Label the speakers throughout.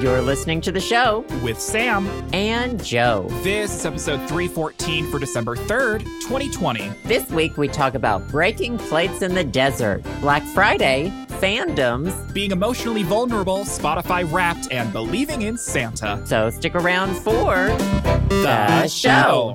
Speaker 1: for listening to the show
Speaker 2: with Sam.
Speaker 1: and Joe.
Speaker 2: This is episode 314 for December 3rd, 2020.
Speaker 1: This week we talk about breaking plates in the desert, Black Friday, fandoms.
Speaker 2: Being emotionally vulnerable, Spotify wrapped, and believing in Santa.
Speaker 1: So stick around for The show.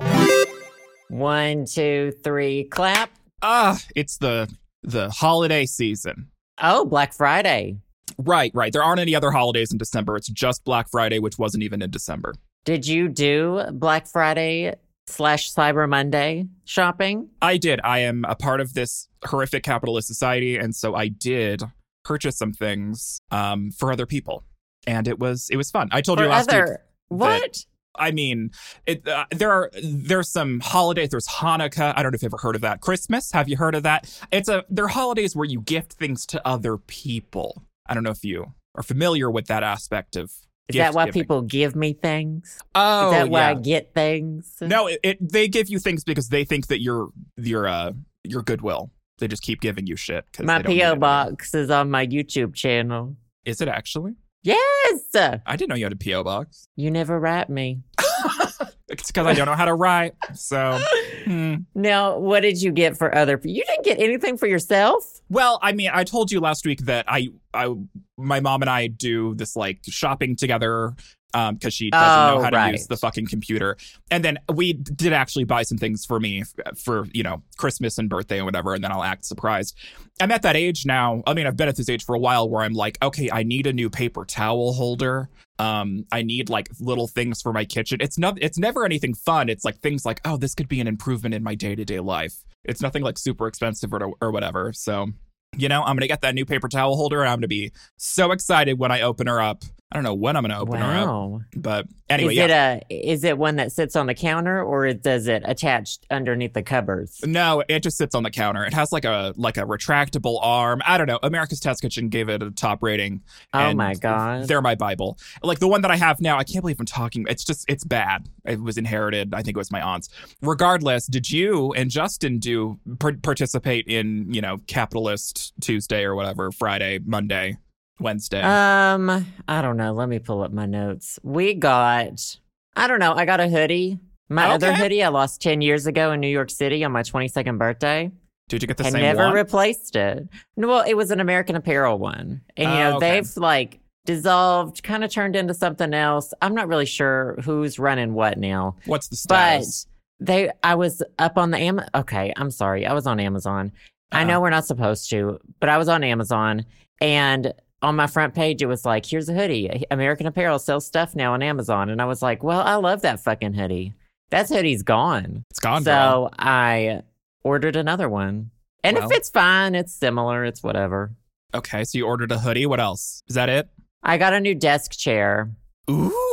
Speaker 1: one, two, three, clap.
Speaker 2: Ah, it's the the holiday season.
Speaker 1: Oh, Black Friday.
Speaker 2: Right, right. There aren't any other holidays in December. It's just Black Friday, which wasn't even in December.
Speaker 1: Did you do Black Friday slash Cyber Monday shopping?
Speaker 2: I did. I am a part of this horrific capitalist society, and so I did purchase some things um, for other people, and it was it was fun. I told
Speaker 1: For
Speaker 2: you last week.
Speaker 1: other. What?
Speaker 2: I mean, it, uh, there are there's some holidays. There's Hanukkah. I don't know if you've ever heard of that. Christmas. Have you heard of that? It's a they're holidays where you gift things to other people. I don't know if you are familiar with that aspect of.
Speaker 1: Is that why
Speaker 2: gift-giving.
Speaker 1: people give me things?
Speaker 2: Oh,
Speaker 1: Is that why I
Speaker 2: yeah.
Speaker 1: get things?
Speaker 2: No, it, it they give you things because they think that you're you're uh your goodwill. They just keep giving you shit. 'cause
Speaker 1: My
Speaker 2: they don't need
Speaker 1: P.O.
Speaker 2: it.
Speaker 1: box is on my YouTube channel.
Speaker 2: Is it actually?
Speaker 1: Yes.
Speaker 2: I didn't know you had a PO box.
Speaker 1: You never write me.
Speaker 2: It's because I don't know how to write. So, hmm.
Speaker 1: Now, what did you get for other people? You didn't get anything for yourself?
Speaker 2: well, I mean, I told you last week that I, I, my mom and I do this like shopping together um because she doesn't know
Speaker 1: Oh,
Speaker 2: how to
Speaker 1: right.
Speaker 2: use the fucking computer and then we did actually buy some things for me f- for you know christmas and birthday and whatever and then i'll act surprised i'm at that age now i mean i've been at this age for a while where i'm like okay i need a new paper towel holder um i need like little things for my kitchen it's not it's never anything fun it's like things like oh this could be an improvement in my day-to-day life it's nothing like super expensive or, or whatever so you know i'm gonna get that new paper towel holder and i'm gonna be so excited when i open her up i don't know when i'm gonna open her up
Speaker 1: wow.
Speaker 2: but anyway
Speaker 1: is
Speaker 2: yeah
Speaker 1: it a is it one that sits on the counter or it- does it attach underneath the cupboards?
Speaker 2: no it just sits on the counter it has like a like a retractable arm i don't know america's test kitchen gave it a top rating
Speaker 1: Oh
Speaker 2: and
Speaker 1: my god.
Speaker 2: They're my Bible. Like the one that I have now, I can't believe I'm talking. It's just, it's bad. It was inherited. I think it was my aunt's. Regardless, did you and Justin do par- participate in, you know, capitalist Tuesday or whatever, Friday, Monday, Wednesday?
Speaker 1: Um, I don't know. Let me pull up my notes. We got I don't know, I got a hoodie. My other
Speaker 2: Okay.
Speaker 1: hoodie I lost 10 years ago in New York City on my 22nd birthday.
Speaker 2: did you get the
Speaker 1: and
Speaker 2: same
Speaker 1: never
Speaker 2: one?
Speaker 1: replaced it. No, Well, it was an American Apparel one, and you
Speaker 2: Oh,
Speaker 1: know
Speaker 2: okay.
Speaker 1: they've like dissolved, kind of turned into something else. I'm not really sure who's running what now,
Speaker 2: What's the
Speaker 1: but
Speaker 2: status?
Speaker 1: they. I was up on the Am. Okay, I'm sorry, I was on Amazon. I know we're not supposed to, but I was on Amazon, and on my front page it was like, "Here's a hoodie. American Apparel sells stuff now on Amazon," and I was like, "Well, I love that fucking hoodie. That hoodie's gone."
Speaker 2: It's gone.
Speaker 1: So
Speaker 2: girl.
Speaker 1: I ordered another one. And
Speaker 2: Well.
Speaker 1: if it's fine, it's similar, it's whatever.
Speaker 2: Okay. So you ordered a hoodie. What else? Is that it?
Speaker 1: I got a new desk chair.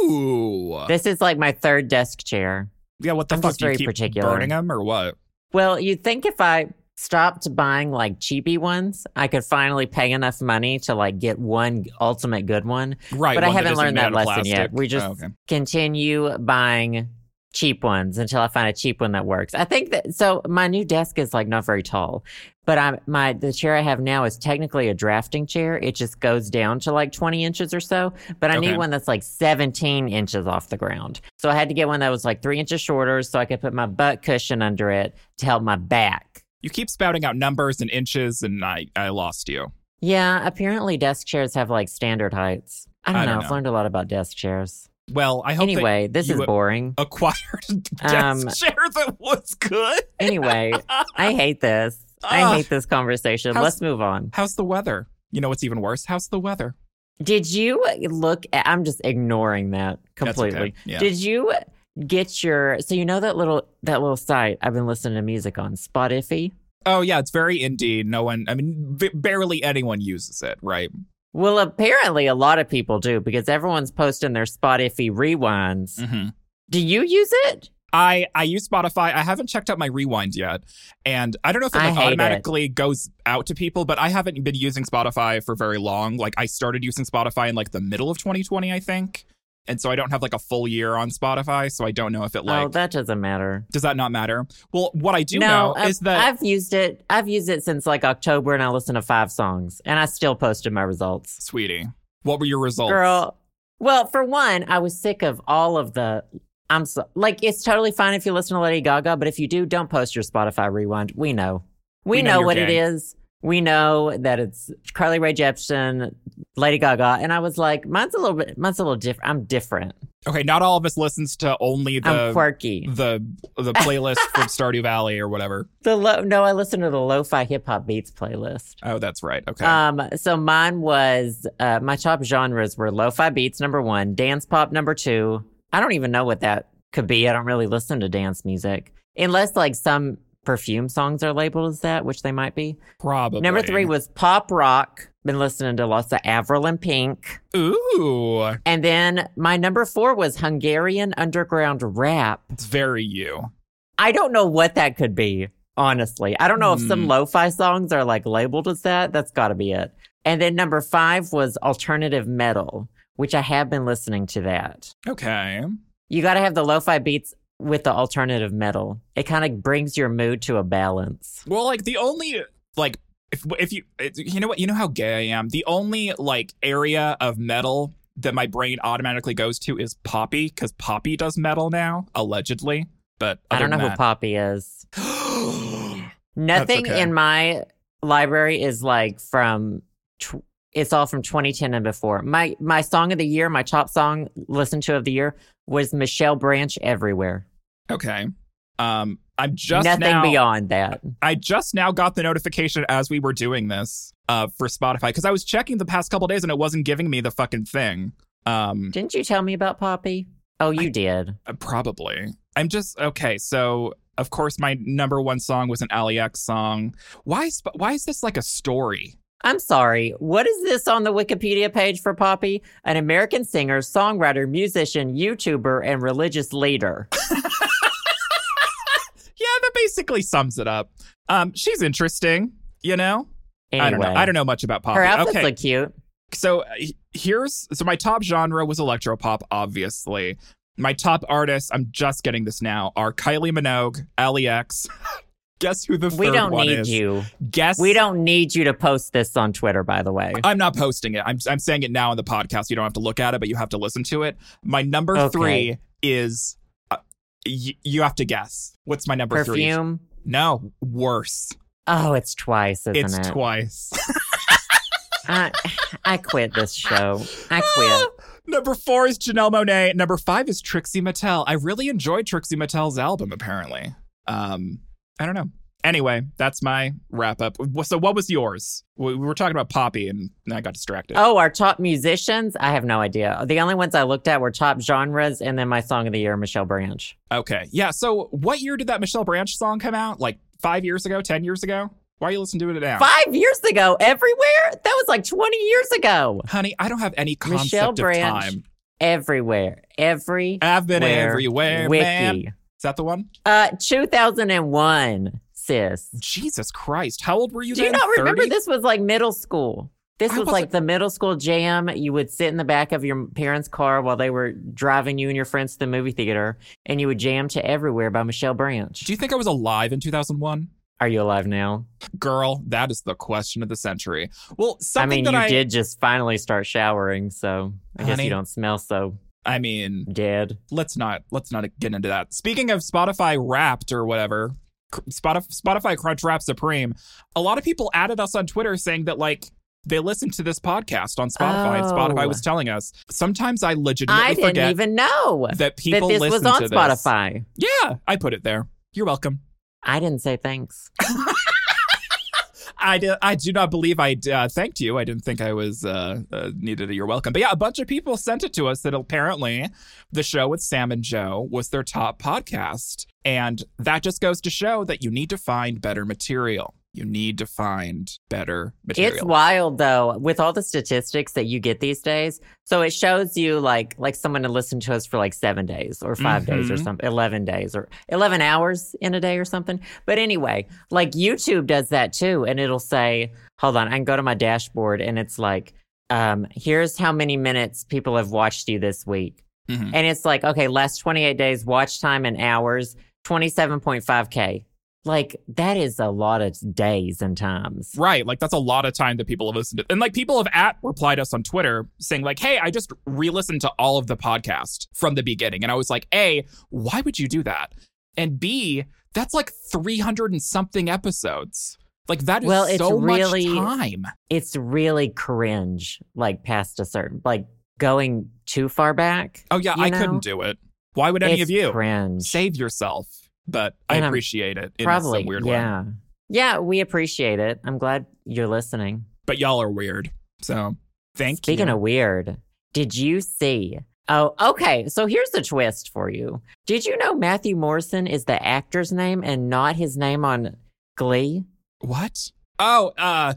Speaker 2: Ooh.
Speaker 1: This is like my third desk chair.
Speaker 2: yeah. What the
Speaker 1: I'm
Speaker 2: fuck?
Speaker 1: just
Speaker 2: Do you
Speaker 1: very
Speaker 2: keep
Speaker 1: particular.
Speaker 2: burning them or what?
Speaker 1: Well, you'd think if I stopped buying like cheapy ones, I could finally pay enough money to like get one ultimate good one.
Speaker 2: Right.
Speaker 1: But I
Speaker 2: one that
Speaker 1: haven't
Speaker 2: isn't
Speaker 1: learned
Speaker 2: made
Speaker 1: that
Speaker 2: out of
Speaker 1: lesson yet.
Speaker 2: plastic.
Speaker 1: We just
Speaker 2: Oh, okay.
Speaker 1: continue buying cheap ones until I find a cheap one that works. I think that so my new desk is like not very tall, but I my the chair I have now is technically a drafting chair. It just goes down to like 20 inches or so, but I
Speaker 2: Okay.
Speaker 1: need one that's like 17 inches off the ground. So I had to get one that was like 3 inches shorter so I could put my butt cushion under it to help my back.
Speaker 2: You keep spouting out numbers and inches, and I, I lost you.
Speaker 1: Yeah, apparently desk chairs have like standard heights. I don't,
Speaker 2: I don't
Speaker 1: know. I've
Speaker 2: know.
Speaker 1: learned a lot about desk chairs.
Speaker 2: Well, I hope that
Speaker 1: Anyway, this
Speaker 2: you
Speaker 1: is
Speaker 2: would-
Speaker 1: boring.
Speaker 2: acquired a
Speaker 1: Um,
Speaker 2: desk chair that was good.
Speaker 1: anyway, I hate this.
Speaker 2: Ugh.
Speaker 1: I hate this conversation.
Speaker 2: How's-
Speaker 1: Let's move on.
Speaker 2: How's the weather? You know what's even worse? How's the weather?
Speaker 1: Did you look at I'm just ignoring that
Speaker 2: That's
Speaker 1: completely.
Speaker 2: okay. Yeah.
Speaker 1: Did you get your so you know that little that little site I've been listening to music on, Spotify?
Speaker 2: oh yeah, it's very indie. No one, I mean, b- barely anyone uses it, right?
Speaker 1: Well, apparently a lot of people do because everyone's posting their Spotify rewinds.
Speaker 2: Mm-hmm.
Speaker 1: Do you use it?
Speaker 2: I I use Spotify. I haven't checked out my rewind yet, and I don't know if it
Speaker 1: I
Speaker 2: like,
Speaker 1: hate it.
Speaker 2: automatically goes out to people, but I haven't been using Spotify for very long. Like I started using Spotify in like the middle of 2020, I think, and so I don't have like a full year on Spotify, so I don't know if it like
Speaker 1: oh, that doesn't matter.
Speaker 2: Does that not matter? Well, what I do know
Speaker 1: no, I've,
Speaker 2: is that
Speaker 1: I've used it. I've used it since like October and I listened to five songs and I still posted my results.
Speaker 2: sweetie, what were your results?
Speaker 1: Girl, Well, for one, I was sick of all of the. I'm so, like, it's totally fine if you listen to Lady Gaga, but if you do, don't post your Spotify rewind. We know. We,
Speaker 2: We know
Speaker 1: know,
Speaker 2: you're
Speaker 1: what it
Speaker 2: gay.
Speaker 1: is. We know that it's Carly Rae Jepsen, Lady Gaga, and I was like, mine's a little bit, mine's a little different. I'm different.
Speaker 2: Okay, not all of us listens to only
Speaker 1: I'm
Speaker 2: the
Speaker 1: quirky.
Speaker 2: the the playlist from Stardew Valley or whatever.
Speaker 1: The lo- no, I listen to the lo-fi hip hop beats playlist.
Speaker 2: Oh, that's right. Okay.
Speaker 1: Um, so mine was uh, my top genres were lo-fi beats number one, dance pop number two. I don't even know what that could be. I don't really listen to dance music unless like some perfume songs are labeled as that, which they might be.
Speaker 2: Probably.
Speaker 1: Number three was pop rock. Been listening to lots of Avril and Pink,
Speaker 2: Ooh.
Speaker 1: and then my number four was Hungarian underground rap.
Speaker 2: It's very you.
Speaker 1: I don't know what that could be, honestly. I don't know if some
Speaker 2: Hmm.
Speaker 1: lo fi songs are like labeled as that. That's got to be it. And then number five was alternative metal, which I have been listening to that.
Speaker 2: Okay.
Speaker 1: You got to have the lo fi beats with the alternative metal. It kind of brings your mood to a balance.
Speaker 2: Well, like the only like if if you it- you know what you know how gay I am. The only like area of metal that my brain automatically goes to is Poppy because Poppy does metal now allegedly. But
Speaker 1: I don't know
Speaker 2: other
Speaker 1: who Poppy is.
Speaker 2: than that-
Speaker 1: Nothing
Speaker 2: okay.
Speaker 1: in my library is like from. Tw- it's all from 2010 and before. My my song of the year, my top song listened to of the year was Michelle Branch Everywhere.
Speaker 2: okay. Um, I'm just
Speaker 1: nothing
Speaker 2: now.
Speaker 1: beyond that.
Speaker 2: I just now got the notification as we were doing this uh, for Spotify because I was checking the past couple days and it wasn't giving me the fucking thing. Um,
Speaker 1: Didn't you tell me about Poppy? Oh, you did.
Speaker 2: Uh, Probably. I'm just okay. So of course my number one song was an Ali X song. Why? is- Why is this like a story?
Speaker 1: I'm sorry. What is this on the Wikipedia page for Poppy? An American singer, songwriter, musician, YouTuber, and religious leader.
Speaker 2: Yeah, that basically sums it up. Um, she's interesting. You know,
Speaker 1: Anyway,
Speaker 2: I don't know. I don't know much about pop.
Speaker 1: Her outfits
Speaker 2: okay,
Speaker 1: look cute.
Speaker 2: so uh, he- here's so my top genre was electropop, obviously. My top artists, I'm just getting this now, are Kylie Minogue, Ali X. Guess who the
Speaker 1: We
Speaker 2: third
Speaker 1: don't
Speaker 2: one
Speaker 1: need
Speaker 2: is?
Speaker 1: you.
Speaker 2: Guess
Speaker 1: We don't need you to post this on Twitter, by the way.
Speaker 2: I'm not posting it. I'm, I'm saying it now on the podcast. You don't have to look at it, but you have to listen to it. My number
Speaker 1: Okay.
Speaker 2: three is uh, y- you have to guess. What's my number three?
Speaker 1: Perfume.
Speaker 2: No, worse.
Speaker 1: Oh, it's twice, isn't
Speaker 2: it's
Speaker 1: it?
Speaker 2: twice.
Speaker 1: I, I quit this show. I quit.
Speaker 2: number four is Janelle Monet. Number five is Trixie Mattel. I really enjoyed Trixie Mattel's album, apparently. Um, I don't know. Anyway, that's my wrap up. Wh- So, what was yours? We we were talking about Poppy, and I got distracted.
Speaker 1: Oh, our top musicians? I have no idea. The only ones I looked at were top genres and then my song of the year, Michelle Branch.
Speaker 2: Okay. Yeah. So, what year did that Michelle Branch song come out? Like five years ago, 10 years ago? Why are you listening to it now?
Speaker 1: five years ago everywhere that was like 20 years ago
Speaker 2: Honey, I don't have any concept
Speaker 1: Michelle
Speaker 2: of
Speaker 1: Branch.
Speaker 2: time.
Speaker 1: everywhere every
Speaker 2: I've been
Speaker 1: Where
Speaker 2: everywhere,
Speaker 1: wiki
Speaker 2: man. Is that the one?
Speaker 1: uh 2001 sis
Speaker 2: Jesus Christ. How old were you
Speaker 1: do
Speaker 2: then?
Speaker 1: you not remember
Speaker 2: 30?
Speaker 1: this was like middle school this
Speaker 2: I
Speaker 1: was like the middle school jam you would sit in the back of your parents car while they were driving you and your friends to the movie theater and you would jam to everywhere by michelle branch
Speaker 2: Do you think I was alive in 2001?
Speaker 1: are you alive now
Speaker 2: Girl, that is the question of the century. Well, something
Speaker 1: i mean
Speaker 2: that
Speaker 1: you
Speaker 2: I
Speaker 1: did just finally start showering so i guess
Speaker 2: Honey.
Speaker 1: you don't smell so
Speaker 2: I mean,
Speaker 1: dead
Speaker 2: let's not let's not get into that. Speaking of Spotify Wrapped or whatever, Cr- Spotif- Spotify Crunch Wrap Supreme, a lot of people added us on Twitter saying that like they listened to this podcast on Spotify, and
Speaker 1: Oh.
Speaker 2: Spotify was telling us. Sometimes I legitimately
Speaker 1: i didn't
Speaker 2: forget
Speaker 1: even know
Speaker 2: that people
Speaker 1: that this
Speaker 2: listen
Speaker 1: was on
Speaker 2: to this.
Speaker 1: Spotify.
Speaker 2: Yeah, I put it there. You're welcome.
Speaker 1: I didn't say thanks.
Speaker 2: I do, I do not believe I uh, thanked you. I didn't think I was uh, uh, needed a you're welcome. But yeah, a bunch of people sent it to us that apparently the show with Sam and Joe was their top podcast. And that just goes to show that you need to find better material. You need to find better material.
Speaker 1: It's wild though, with all the statistics that you get these days. So it shows you like like someone to listen to us for like seven days or 5 days or
Speaker 2: Mhm.
Speaker 1: something, eleven days or eleven hours in a day or something. But anyway, like YouTube does that too, and it'll say, "Hold on, I can go to my dashboard," and it's like, um, "Here's how many minutes people have watched you this week,"
Speaker 2: Mhm.
Speaker 1: and it's like, "Okay, last twenty eight days watch time in hours, twenty seven point five k." Like that is a lot of days and times.
Speaker 2: Right. Like that's a lot of time that people have listened to. And like people have at replied us on Twitter saying like, "Hey, I just re-listened to all of the podcast from the beginning." And I was like, "A, why would you do that?" And B, that's like 300 and something episodes. Like that is
Speaker 1: Well, it's
Speaker 2: so
Speaker 1: really-
Speaker 2: much time.
Speaker 1: It's really cringe, like past a certain, like going too far back.
Speaker 2: Oh yeah,
Speaker 1: You
Speaker 2: I
Speaker 1: know?
Speaker 2: couldn't do it. Why would any
Speaker 1: it's
Speaker 2: of you
Speaker 1: cringe?
Speaker 2: save yourself? But
Speaker 1: And
Speaker 2: I
Speaker 1: I'm
Speaker 2: appreciate it in
Speaker 1: Probably,
Speaker 2: some weird way.
Speaker 1: yeah, yeah. We appreciate it. I'm glad you're listening.
Speaker 2: But y'all are weird. So thank you.
Speaker 1: Speaking of weird, did you see? Oh, okay. So here's the twist for you. Did you know Matthew Morrison is the actor's name and not his name on Glee?
Speaker 2: What? Oh, uh,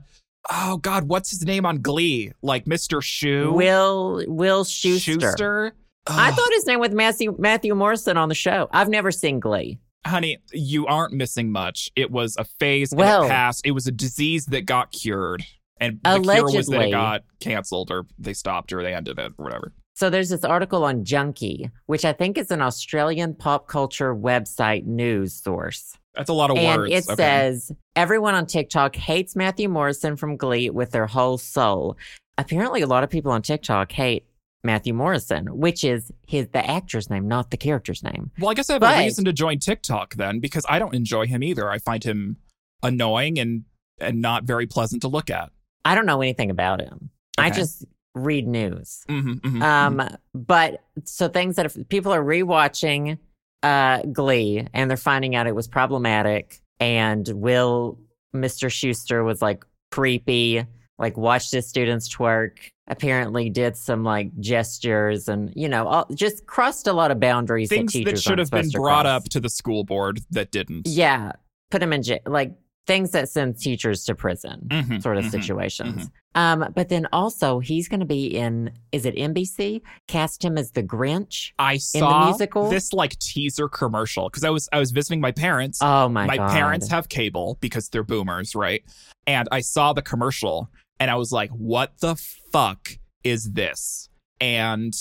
Speaker 2: oh God, what's his name on Glee? Like Mr. Shoe?
Speaker 1: Will Will Schuster. I
Speaker 2: Ugh,
Speaker 1: thought his name was Matthew Matthew Morrison on the show. I've never seen Glee.
Speaker 2: honey, you aren't missing much. It was a phase and
Speaker 1: Well-
Speaker 2: it passed. It was a disease that got cured. And the cure was that
Speaker 1: Allegedly.
Speaker 2: it got canceled or they stopped or they ended it or whatever.
Speaker 1: So there's this article on Junkie, which I think is an Australian pop culture website news source.
Speaker 2: That's a lot of
Speaker 1: and
Speaker 2: Oh, words.
Speaker 1: it
Speaker 2: Okay.
Speaker 1: says everyone on TikTok hates Matthew Morrison from Glee with their whole soul. Apparently, a lot of people on TikTok hate Matthew Morrison, which is his the actor's name, not the character's name.
Speaker 2: well, I guess I have
Speaker 1: but-
Speaker 2: a reason to join TikTok then because I don't enjoy him either. I find him annoying and and not very pleasant to look at.
Speaker 1: I don't know anything about him. I
Speaker 2: Okay.
Speaker 1: just read news.
Speaker 2: Mhm, mhm, mhm.
Speaker 1: Um, but so things that if people are rewatching uh, Glee and they're finding out it was problematic, and Will Mr. Schuster was like creepy, like watched his students twerk. Apparently, did some like gestures and you know all, just crossed a lot of boundaries.
Speaker 2: things that
Speaker 1: teachers
Speaker 2: should
Speaker 1: aren't
Speaker 2: have been
Speaker 1: supposed to
Speaker 2: brought
Speaker 1: cross.
Speaker 2: up to the school board that didn't.
Speaker 1: Yeah, put him in jail. Like things that send teachers to prison.
Speaker 2: Mhm,
Speaker 1: Sort of
Speaker 2: mhm.
Speaker 1: situations.
Speaker 2: Mm-hmm.
Speaker 1: Um, but then also, he's going to be in, is it NBC? Cast him as the Grinch.
Speaker 2: I saw
Speaker 1: musical?
Speaker 2: this like teaser commercial because I was I was visiting my parents.
Speaker 1: Oh my,
Speaker 2: my
Speaker 1: god.
Speaker 2: parents have cable because they're boomers, right? And I saw the commercial and I was like, "What the fuck is this?" And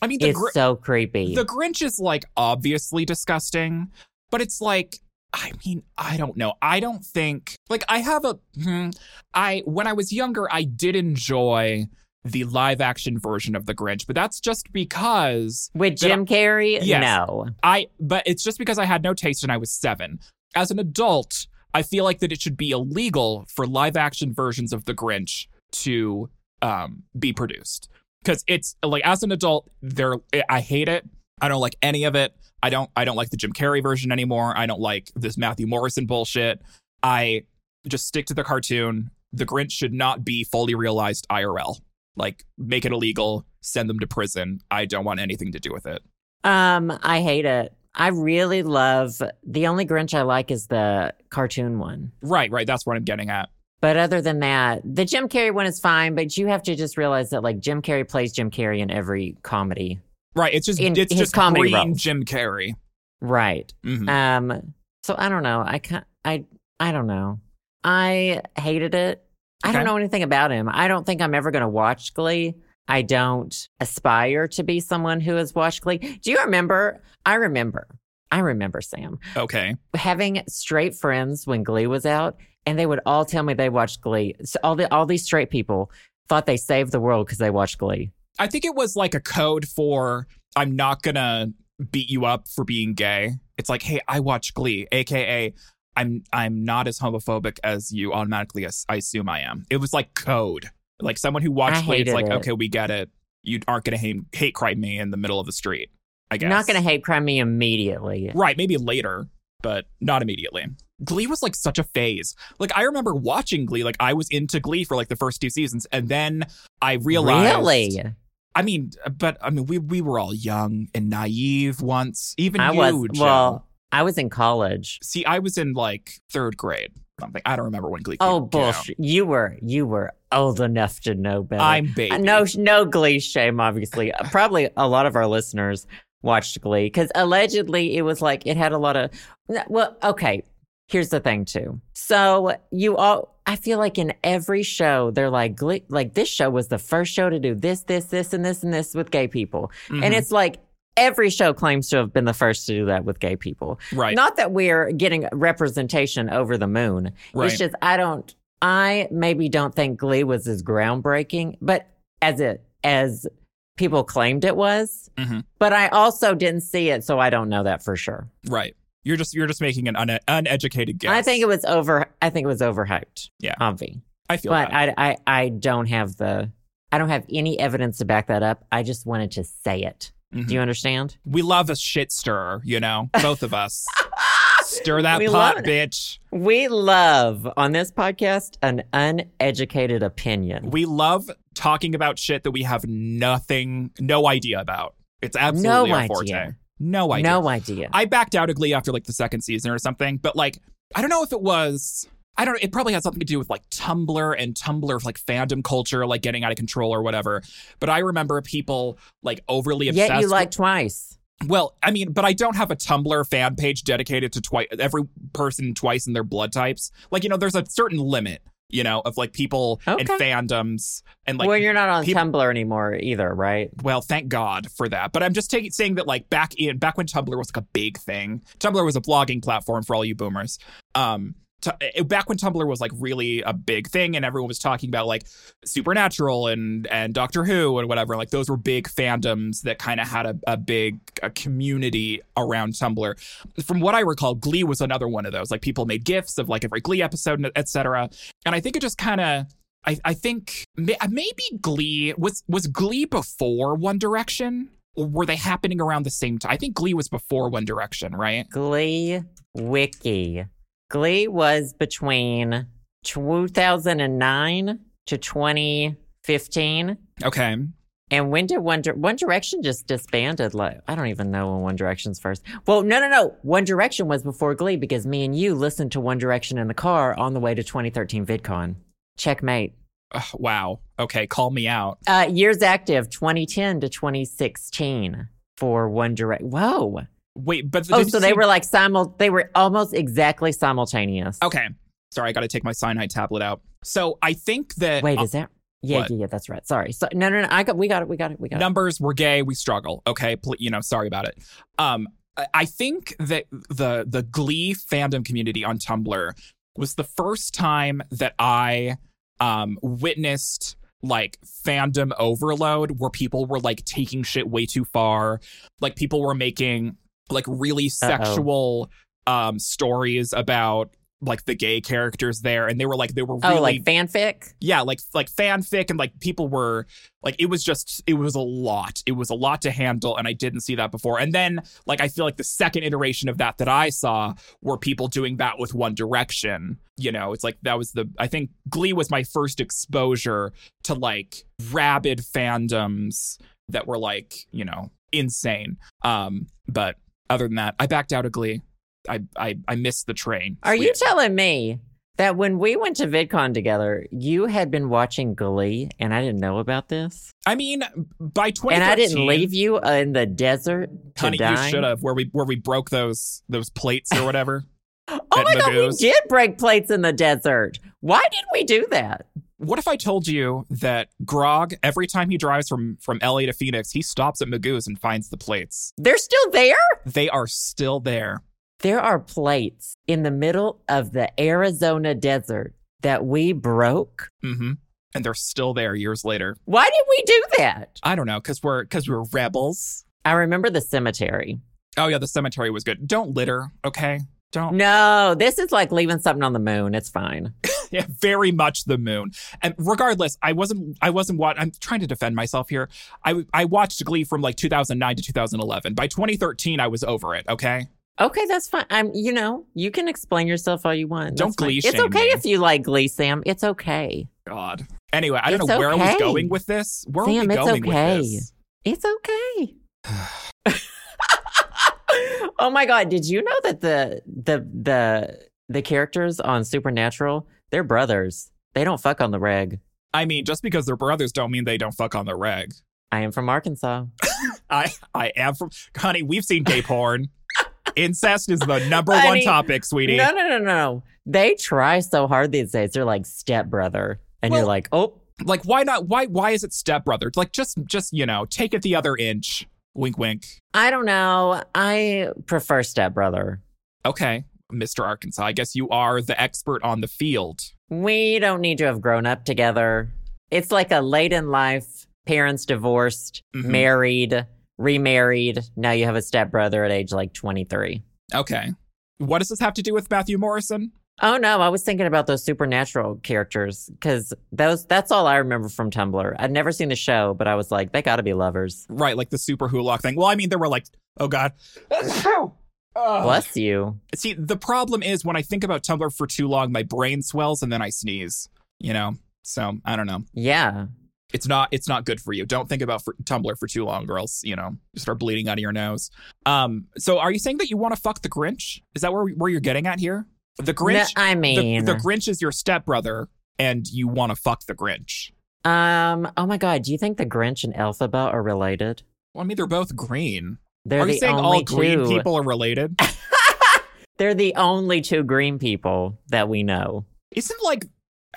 Speaker 2: I mean, the
Speaker 1: it's
Speaker 2: Gr-
Speaker 1: so creepy.
Speaker 2: the Grinch is like obviously disgusting, but it's like I mean, I don't know. I don't think like I have a hmm, I when I was younger, I did enjoy the live action version of the Grinch, but that's just because
Speaker 1: With
Speaker 2: that I-
Speaker 1: Jim Carrey?
Speaker 2: Yes.
Speaker 1: No.
Speaker 2: I but it's just because I had no taste and I was 7. As an adult, I feel like that it should be illegal for live action versions of The Grinch to um be produced cuz it's like as an adult they're I hate it. I don't like any of it. I don't I don't like the Jim Carrey version anymore. I don't like this Matthew Morrison bullshit. I just stick to the cartoon. The Grinch should not be fully realized IRL. Like make it illegal, send them to prison. I don't want anything to do with it.
Speaker 1: Um, I hate it. I really love the only Grinch I like is the cartoon one.
Speaker 2: Right, right, that's what I'm getting at.
Speaker 1: But other than that, the Jim Carrey one is fine, but you have to just realize that like Jim Carrey plays Jim Carrey in every comedy.
Speaker 2: Right. It's just
Speaker 1: In
Speaker 2: it's
Speaker 1: his
Speaker 2: just
Speaker 1: comedy
Speaker 2: green
Speaker 1: roles.
Speaker 2: Jim Carrey.
Speaker 1: Right.
Speaker 2: Mhm.
Speaker 1: Um so I don't know. I can I I don't know. I hated it. I don't
Speaker 2: Okay.
Speaker 1: know anything about him. I don't think I'm ever going to watch Glee. I don't aspire to be someone who has watched Glee. Do you remember? I remember. I remember Sam
Speaker 2: okay.
Speaker 1: having straight friends when Glee was out, and they would all tell me they watched Glee. So all the all these straight people thought they saved the world because they watched Glee.
Speaker 2: I think it was like a code for I'm not gonna beat you up for being gay. It's like, hey, I watch Glee, aka I'm I'm not as homophobic as you automatically as I assume I am. It was like code. Like someone who watched
Speaker 1: I
Speaker 2: Glee, it's
Speaker 1: hated
Speaker 2: like,
Speaker 1: it.
Speaker 2: okay, we get it. You aren't gonna hate hate crime me in the middle of the street. I guess
Speaker 1: Not going to hate crime me immediately.
Speaker 2: Right, maybe later, but not immediately. Glee was like such a phase. Like I remember watching Glee, like I was into Glee for like the first two seasons and then I realized
Speaker 1: Really?
Speaker 2: I mean, but I mean we we were all young and naive once. Even
Speaker 1: I
Speaker 2: you,
Speaker 1: was
Speaker 2: Joe.
Speaker 1: well. I was in college.
Speaker 2: See, I was in like 3rd grade. Something. I don't remember when Glee
Speaker 1: Oh
Speaker 2: came out.
Speaker 1: bullshit! You were you were old enough to know better. Uh,
Speaker 2: I'm baby.
Speaker 1: No no Glee shame. Obviously, uh, probably a lot of our listeners watched Glee because allegedly it was like it had a lot of. no, Well, okay. Here's the thing too. So you all, I feel like in every show they're like Glee, like this show was the first show to do this, this, this, and this, and this with gay people,
Speaker 2: Mhm.
Speaker 1: and it's like every show claims to have been the first to do that with gay people.
Speaker 2: Right.
Speaker 1: Not that we're getting representation over the moon.
Speaker 2: Right.
Speaker 1: It's just I don't I maybe don't think Glee was as groundbreaking, but as it as people claimed it was.
Speaker 2: Mhm.
Speaker 1: But I also didn't see it, so I don't know that for sure.
Speaker 2: right. You're just you're just making an une- uneducated guess.
Speaker 1: I think it was over I think it was overhyped.
Speaker 2: Yeah.
Speaker 1: Obvi.
Speaker 2: I feel
Speaker 1: But
Speaker 2: that.
Speaker 1: I, I I don't have the I don't have any evidence to back that up. I just wanted to say it.
Speaker 2: Mhm.
Speaker 1: Do you understand?
Speaker 2: we love a shit stirrer, you know, both of us. Stir that
Speaker 1: We
Speaker 2: pot,
Speaker 1: love
Speaker 2: bitch.
Speaker 1: We love on this podcast an uneducated opinion.
Speaker 2: We love talking about shit that we have nothing, no idea about. It's absolutely
Speaker 1: no
Speaker 2: our
Speaker 1: idea.
Speaker 2: forte. No idea.
Speaker 1: No idea.
Speaker 2: I backed out of Glee after like the second season or something, but like I don't know if it was I don't know, it probably had something to do with like Tumblr and Tumblr like fandom culture like getting out of control or whatever. But I remember people like overly obsessed
Speaker 1: Yet you
Speaker 2: with-
Speaker 1: like twice.
Speaker 2: well, I mean, but I don't have a Tumblr fan page dedicated to twice every person twice in their blood types. Like, you know, there's a certain limit, you know, of like people and
Speaker 1: Okay.
Speaker 2: fandoms and like
Speaker 1: well, you're not on
Speaker 2: peop-
Speaker 1: Tumblr anymore either, right?
Speaker 2: well, thank God for that. But I'm just taking saying that like back in back when Tumblr was like a big thing. Tumblr was a blogging platform for all you boomers. Um t- it- back when Tumblr was like really a big thing and everyone was talking about like Supernatural and and Doctor Who and whatever. Like those were big fandoms that kind of had a, a big a community around Tumblr. From what I recall, Glee was another one of those. Like people made gifs of like every Glee episode, et cetera. And I think it just kind of I, I think may- maybe Glee was was Glee before One Direction, or were they happening around the same time? I think Glee was before One Direction, right?
Speaker 1: Glee Wiki. Glee was between 2009 to 2015.
Speaker 2: Okay,
Speaker 1: And when did One, Dir- One Direction just disbanded? Like I don't even know when One Direction's first. Well, no, no, no. One Direction was before Glee because me and you listened to One Direction in the car on the way to 2013 VidCon. Checkmate.
Speaker 2: Ugh, wow. Okay, call me out.
Speaker 1: Uh, years active 2010 to 2016 for One Direct. Whoa.
Speaker 2: Wait, but
Speaker 1: Oh,
Speaker 2: did you
Speaker 1: so they
Speaker 2: see-
Speaker 1: were like simul. They were almost exactly simultaneous.
Speaker 2: okay. Sorry, I got to take my cyanide tablet out. So I think that
Speaker 1: Wait, is that? Yeah,
Speaker 2: what?
Speaker 1: yeah, yeah. That's right. Sorry. So no, no, no. I got. We got it. We got it. We got it.
Speaker 2: numbers were gay we struggle okay Pl- you know sorry about it um I- i think that the the glee fandom community on tumblr was the first time that i um witnessed like fandom overload where people were like taking shit way too far like people were making like really sexual um stories about like the gay characters there and they were like they were really
Speaker 1: Oh, like fanfic.
Speaker 2: yeah like like fanfic and like people were like it was just it was a lot it was a lot to handle and i didn't see that before and then like i feel like the second iteration of that that i saw were people doing that with one direction you know it's like that was the i think glee was my first exposure to like rabid fandoms that were like you know insane um but other than that i backed out of glee i i, I missed the train
Speaker 1: Are you telling me that when we went to VidCon together, you had been watching Glee and I didn't know about this,
Speaker 2: i mean by 2013
Speaker 1: and I didn't leave you uh, in the desert to
Speaker 2: Honey,
Speaker 1: die?
Speaker 2: you should have where we where we broke those those plates or whatever.
Speaker 1: Oh my
Speaker 2: at
Speaker 1: god, we
Speaker 2: Magoo's.
Speaker 1: did break plates in the desert. Why did we do that?
Speaker 2: What if I told you that Grog, every time he drives from from LA to Phoenix, he stops at Magoo's and finds the plates.
Speaker 1: They're still there.
Speaker 2: They are still there.
Speaker 1: There are plates in the middle of the Arizona desert that we broke.
Speaker 2: hmm And they're still there years later.
Speaker 1: Why did we do that?
Speaker 2: I don't know, cause we're cause we're rebels.
Speaker 1: I remember the cemetery.
Speaker 2: Oh yeah, the cemetery was good. Don't litter, okay? Don't.
Speaker 1: No, this is like leaving something on the moon. It's fine.
Speaker 2: Yeah, very much the moon. And regardless, I wasn't. I wasn't. What I'm trying to defend myself here. I I watched Glee from like 2009 to 2011. By 2013, I was over it. Okay.
Speaker 1: Okay, that's fine. I'm, you know, you can explain yourself all you want.
Speaker 2: Don't
Speaker 1: That's fine.
Speaker 2: glee
Speaker 1: It's
Speaker 2: shame
Speaker 1: okay
Speaker 2: me.
Speaker 1: if you like Glee, Sam. It's okay.
Speaker 2: God. Anyway, I don't
Speaker 1: It's
Speaker 2: know where I was
Speaker 1: okay.
Speaker 2: going with this. Where are
Speaker 1: Sam,
Speaker 2: we
Speaker 1: it's
Speaker 2: going
Speaker 1: okay.
Speaker 2: with this?
Speaker 1: It's okay. oh my God! Did you know that the the the the characters on Supernatural they're brothers. They don't fuck on the reg.
Speaker 2: I mean, just because they're brothers don't mean they don't fuck on the reg.
Speaker 1: I am from Arkansas.
Speaker 2: I I am from honey, we've seen gay porn. Incest is the number one
Speaker 1: Honey,
Speaker 2: topic, sweetie.
Speaker 1: No, no, no, no. They try so hard these days. They're like stepbrother. And
Speaker 2: Well-
Speaker 1: you're like, oh,
Speaker 2: Like why not why why is it stepbrother? Like just just, you know, take it the other inch. Wink, wink.
Speaker 1: I don't know. I prefer stepbrother.
Speaker 2: Okay, Mr. Arkansas, I guess you are the expert on the field.
Speaker 1: We don't need to have grown up together. It's like a late in life, parents divorced,
Speaker 2: Mhm.
Speaker 1: married, remarried. Now you have a stepbrother at age like 23.
Speaker 2: Okay. What does this have to do with Matthew Morrison?
Speaker 1: Oh no, I was thinking about those supernatural characters because those that's all I remember from Tumblr. I'd never seen the show, but I was like, they gotta be lovers.
Speaker 2: Right, like the super hulock thing. Well, I mean, there were like, oh God. Ugh.
Speaker 1: Bless you.
Speaker 2: See, the problem is when I think about Tumblr for too long, my brain swells and then I sneeze, you know? So I don't know.
Speaker 1: Yeah.
Speaker 2: It's not it's not good for you. Don't think about for, Tumblr for too long, or else you know you start bleeding out of your nose. Um. So are you saying that you want to fuck the Grinch? Is that where where you're getting at here? The
Speaker 1: No,
Speaker 2: Grinch.
Speaker 1: I
Speaker 2: the,
Speaker 1: mean
Speaker 2: the Grinch is your stepbrother, and you want to fuck the Grinch.
Speaker 1: Um, oh my god, do you think the Grinch and Elphaba are related?
Speaker 2: Well, I mean, they're both green.
Speaker 1: They're
Speaker 2: Are
Speaker 1: the
Speaker 2: you saying
Speaker 1: only
Speaker 2: all
Speaker 1: two.
Speaker 2: green people are related?
Speaker 1: They're the only two green people that we know.
Speaker 2: Isn't like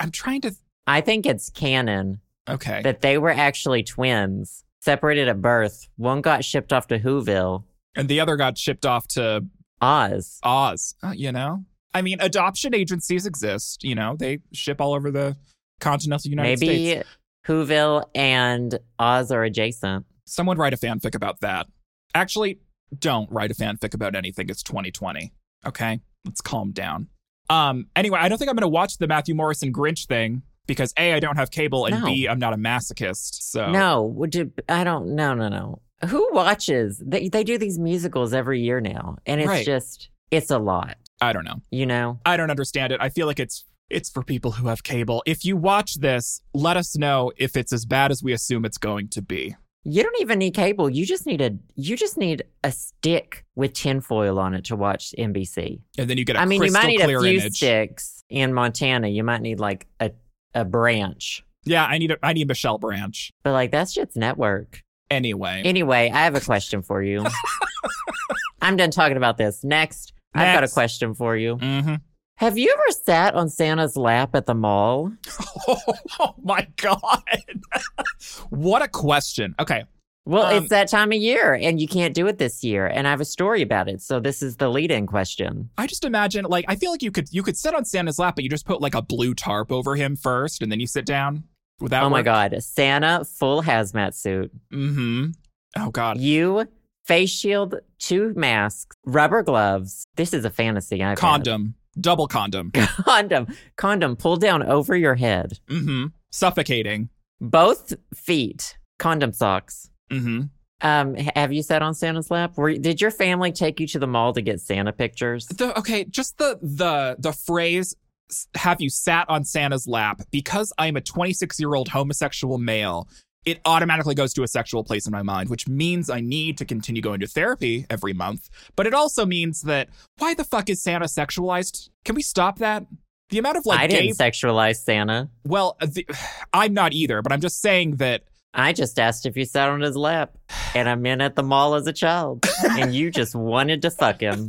Speaker 2: I'm trying to.
Speaker 1: I think it's canon
Speaker 2: Okay,
Speaker 1: that they were actually twins, separated at birth. One got shipped off to Whoville,
Speaker 2: and the other got shipped off to
Speaker 1: Oz.
Speaker 2: Oz. Uh, you know, I mean, adoption agencies exist. You know, they ship all over the continental United
Speaker 1: Maybe
Speaker 2: States.
Speaker 1: Whoville and Oz are adjacent.
Speaker 2: Someone write a fanfic about that. Actually, don't write a fanfic about anything. It's 2020. Okay, let's calm down. Um. Anyway, I don't think I'm gonna watch the Matthew Morrison Grinch thing because a I don't have cable and
Speaker 1: No.
Speaker 2: b I'm not a masochist. So
Speaker 1: No, would you, I don't. No, no, no. Who watches? They they do these musicals every year now, and it's
Speaker 2: Right.
Speaker 1: just it's a lot.
Speaker 2: I don't know.
Speaker 1: You know,
Speaker 2: I don't understand it. I feel like it's it's for people who have cable. If you watch this, let us know if it's as bad as we assume it's going to be.
Speaker 1: you don't even need cable. You just need a you just need a stick with tinfoil on it to watch NBC.
Speaker 2: And then you get a
Speaker 1: I mean, you
Speaker 2: crystal
Speaker 1: might need
Speaker 2: clear
Speaker 1: a few
Speaker 2: image.
Speaker 1: sticks in Montana. You might need like a a branch,
Speaker 2: Yeah, I need a, I need Michelle Branch.
Speaker 1: but like that shit's network.
Speaker 2: Anyway,
Speaker 1: Anyway, I have a question for you. I'm done talking about this. Next, I've got a
Speaker 2: Next.
Speaker 1: question for you.
Speaker 2: Mhm.
Speaker 1: Have you ever sat on Santa's lap at the mall?
Speaker 2: oh, my god, what a question. Okay,
Speaker 1: Well,
Speaker 2: Um,
Speaker 1: it's that time of year and you can't do it this year. And I have a story about it. So this is the lead in question.
Speaker 2: I just imagine like I feel like you could you could sit on Santa's lap, but you just put like a blue tarp over him first, and then you sit down. Would that
Speaker 1: oh my God. Santa, full hazmat suit.
Speaker 2: Mm-hmm. Oh god.
Speaker 1: You, face shield, two masks, rubber gloves. This is a fantasy. I've had.
Speaker 2: Condom, double condom.
Speaker 1: condom condom pulled down over your head
Speaker 2: mm-hmm. Suffocating.
Speaker 1: both feet condom socks
Speaker 2: Mm-hmm.
Speaker 1: um h- have you sat on santa's lap Were, did your family take you to the mall to get santa pictures
Speaker 2: the okay just the the the phrase s- have you sat on santa's lap because i'm a 26 year old homosexual male it automatically goes to a sexual place in my mind which means i need to continue going to therapy every month but it also means that why the fuck is santa sexualized can we stop that the amount of like
Speaker 1: i
Speaker 2: gay
Speaker 1: didn't sexualize santa
Speaker 2: well uh, the, i'm not either but i'm just saying that
Speaker 1: i just asked if you sat on his lap and i've been at the mall as a child and you just wanted to fuck him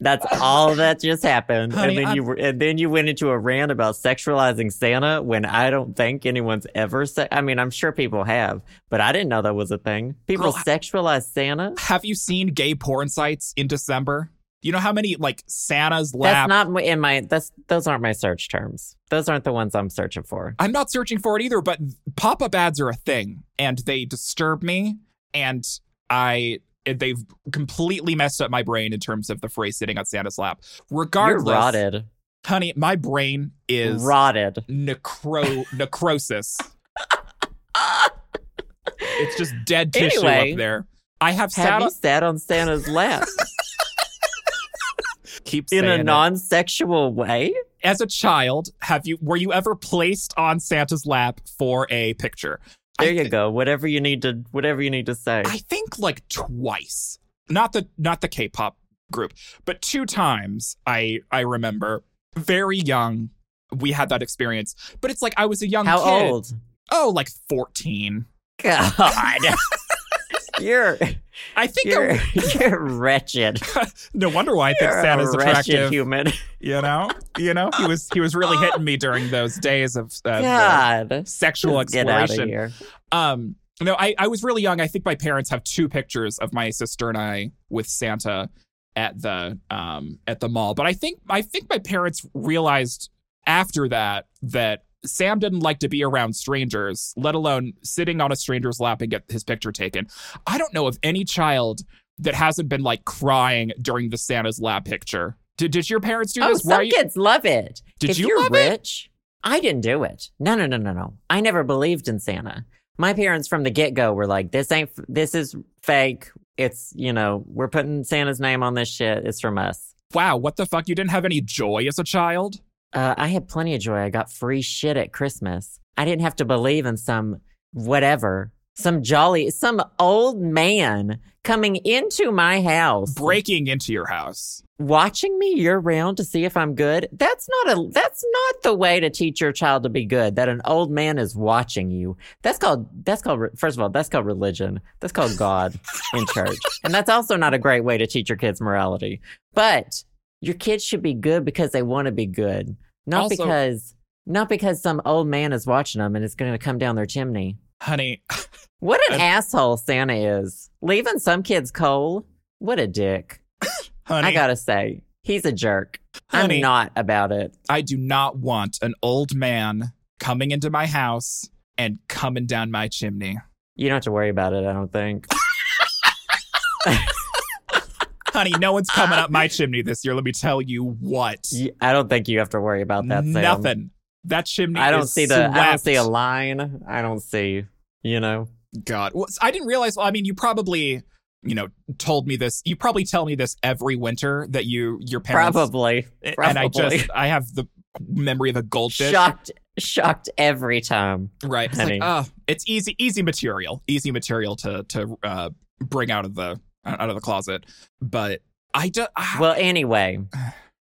Speaker 1: that's all that just happened
Speaker 2: Honey,
Speaker 1: and then
Speaker 2: I'm-
Speaker 1: you were, and then you went into a rant about sexualizing santa when i don't think anyone's ever se- i mean i'm sure people have but i didn't know that was a thing people
Speaker 2: Girl, I-
Speaker 1: sexualize santa
Speaker 2: have you seen gay porn sites in december you know how many like santa's
Speaker 1: that's
Speaker 2: lap
Speaker 1: not my- in my that's those aren't my search terms those aren't the ones i'm searching for
Speaker 2: I'm not searching for it either, but pop up ads are a thing and they disturb me. And I, they've completely messed up my brain in terms of the phrase sitting on Santa's lap. Regardless,
Speaker 1: you're rotted
Speaker 2: honey, my brain is
Speaker 1: rotted
Speaker 2: necro necrosis. It's just dead tissue
Speaker 1: Anyway,
Speaker 2: up there. I
Speaker 1: have
Speaker 2: have sat
Speaker 1: you
Speaker 2: on,
Speaker 1: sat on santa's lap
Speaker 2: keep
Speaker 1: in
Speaker 2: saying
Speaker 1: a
Speaker 2: it.
Speaker 1: non-sexual way
Speaker 2: as a child. Have you were you ever placed on Santa's lap for a picture?
Speaker 1: there
Speaker 2: I
Speaker 1: you
Speaker 2: thi-
Speaker 1: go whatever you need to whatever you need to say
Speaker 2: I think like twice. Not the not the K-pop group, but two times I I remember very young we had that experience. But it's like I was a young
Speaker 1: how
Speaker 2: kid.
Speaker 1: old Oh,
Speaker 2: Oh, like 14.
Speaker 1: God. you're
Speaker 2: I think
Speaker 1: you're
Speaker 2: I-
Speaker 1: you're wretched.
Speaker 2: no wonder why I think
Speaker 1: You're
Speaker 2: Santa's
Speaker 1: a wretched
Speaker 2: attractive.
Speaker 1: human.
Speaker 2: You know? You know, he was he was really hitting me during those days of uh, the
Speaker 1: God.
Speaker 2: sexual
Speaker 1: Just Get out of
Speaker 2: exploration.
Speaker 1: here.
Speaker 2: Um No, I, I was really young. I think my parents have two pictures of my sister and I with Santa at the um at the mall. But I think I think my parents realized after that that Sam didn't like to be around strangers, let alone sitting on a stranger's lap and get his picture taken. I don't know of any child that hasn't been like crying during the Santa's lap picture. Did, did your parents do
Speaker 1: Oh,
Speaker 2: this? Were
Speaker 1: some
Speaker 2: you-
Speaker 1: kids love it.
Speaker 2: Did
Speaker 1: if
Speaker 2: you
Speaker 1: you're
Speaker 2: love it?
Speaker 1: rich, I didn't do it. No, no, no, no, no. I never believed in Santa. My parents from the get go were like, "This ain't. f- This is fake. It's you know, we're putting Santa's name on this shit. It's from us."
Speaker 2: wow, what the fuck? You didn't have any joy as a child?
Speaker 1: Uh, I had plenty of joy. I got free shit at Christmas. I didn't have to believe in some whatever, some jolly, some old man coming into my house,
Speaker 2: Breaking into your house.
Speaker 1: watching me year round to see if I'm good. That's not a. That's not the way to teach your child to be good. That an old man is watching you. That's called. That's called. re- First of all, that's called religion. That's called God in church, and that's also not a great way to teach your kids morality. But your kids should be good because they want to be good, not
Speaker 2: Also-
Speaker 1: because not because some old man is watching them and it's going to come down their chimney.
Speaker 2: Honey,
Speaker 1: What an
Speaker 2: And-
Speaker 1: asshole Santa is, leaving some kids cold. What a dick.
Speaker 2: honey,
Speaker 1: I gotta say, he's a jerk.
Speaker 2: Honey.
Speaker 1: I'm not about it.
Speaker 2: I do not want an old man coming into my house and coming down my chimney.
Speaker 1: You don't have to worry about it, I don't think.
Speaker 2: Honey, no one's coming up my chimney this year. Let me tell you what.
Speaker 1: You- I don't think you have to worry about that. Sam.
Speaker 2: Nothing. That chimney.
Speaker 1: I don't
Speaker 2: is
Speaker 1: see the. I don't see a
Speaker 2: swept.
Speaker 1: line. I don't see. You know.
Speaker 2: God, well, I didn't realize. Well, I mean, you probably, you know, told me this. You probably tell me this every winter that you your parents.
Speaker 1: Probably.
Speaker 2: And I
Speaker 1: probably.
Speaker 2: just I have the memory of a goldfish.
Speaker 1: Shocked. Shocked every time.
Speaker 2: Right. It's
Speaker 1: Honey.
Speaker 2: like, oh, it's easy, easy material, easy material to to uh, bring out of the uh, out of the closet. But I do. ah,
Speaker 1: Well, anyway,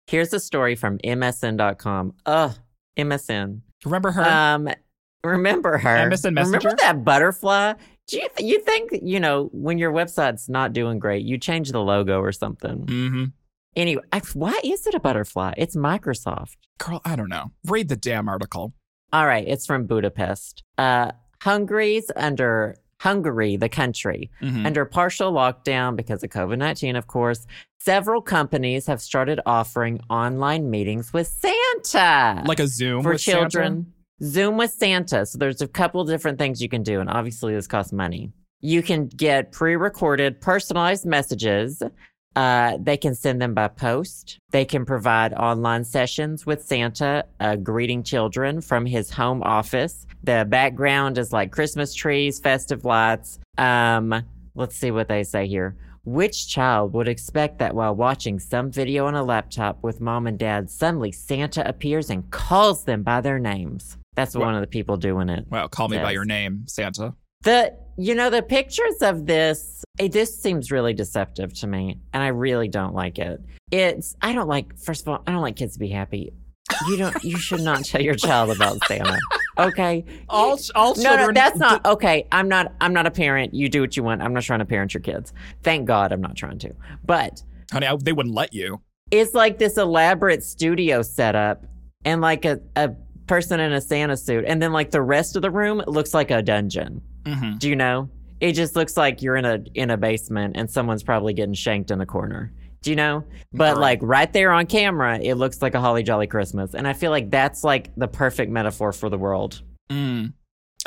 Speaker 1: here's a story from MSN.com. Ugh, MSN.
Speaker 2: remember her?
Speaker 1: Um, remember her.
Speaker 2: MSN Messenger?
Speaker 1: Remember that butterfly? Do you th- you think you know when your website's not doing great, you change the logo or something?
Speaker 2: mm-hmm.
Speaker 1: Anyway, I- why is it a butterfly? It's Microsoft.
Speaker 2: Girl, I don't know. Read the damn article.
Speaker 1: All right, it's from Budapest. Uh, Hungary's under Hungary, the country,
Speaker 2: Mhm.
Speaker 1: under partial lockdown because of COVID 19, of course. Several companies have started offering online meetings with Santa.
Speaker 2: Like a Zoom
Speaker 1: uh, for
Speaker 2: with Santa?
Speaker 1: children. Zoom with Santa. So there's a couple different things you can do, and obviously this costs money. You can get pre-recorded, personalized messages. Uh, they can send them by post. They can provide online sessions with Santa, uh, greeting children from his home office. The background is like Christmas trees, festive lights. Um, let's see what they say here. Which child would expect that while watching some video on a laptop with mom and dad, suddenly Santa appears and calls them by their names? That's
Speaker 2: Well-
Speaker 1: one of the people doing it.
Speaker 2: Well, call me by
Speaker 1: Yes.
Speaker 2: your name, Santa.
Speaker 1: The you know the pictures of this eh, this seems really deceptive to me and I really don't like it. It's I don't like first of all I don't like kids to be happy. You don't you should not tell your child about Santa. Okay?
Speaker 2: All all
Speaker 1: no,
Speaker 2: children.
Speaker 1: no, that's not okay. I'm not I'm not a parent. You do what you want. I'm not trying to parent your kids. Thank God I'm not trying to. But
Speaker 2: honey, I, they wouldn't let you.
Speaker 1: it's like this elaborate studio setup and like a, a person in a Santa suit. And then like the rest of the room looks like a dungeon.
Speaker 2: Mhm.
Speaker 1: Do you know? It just looks like you're in a in a basement and someone's probably getting shanked in the corner. Do you know? But
Speaker 2: Right.
Speaker 1: like right there on camera, it looks like a holly jolly Christmas. And I feel like that's like the perfect metaphor for the world
Speaker 2: Mm.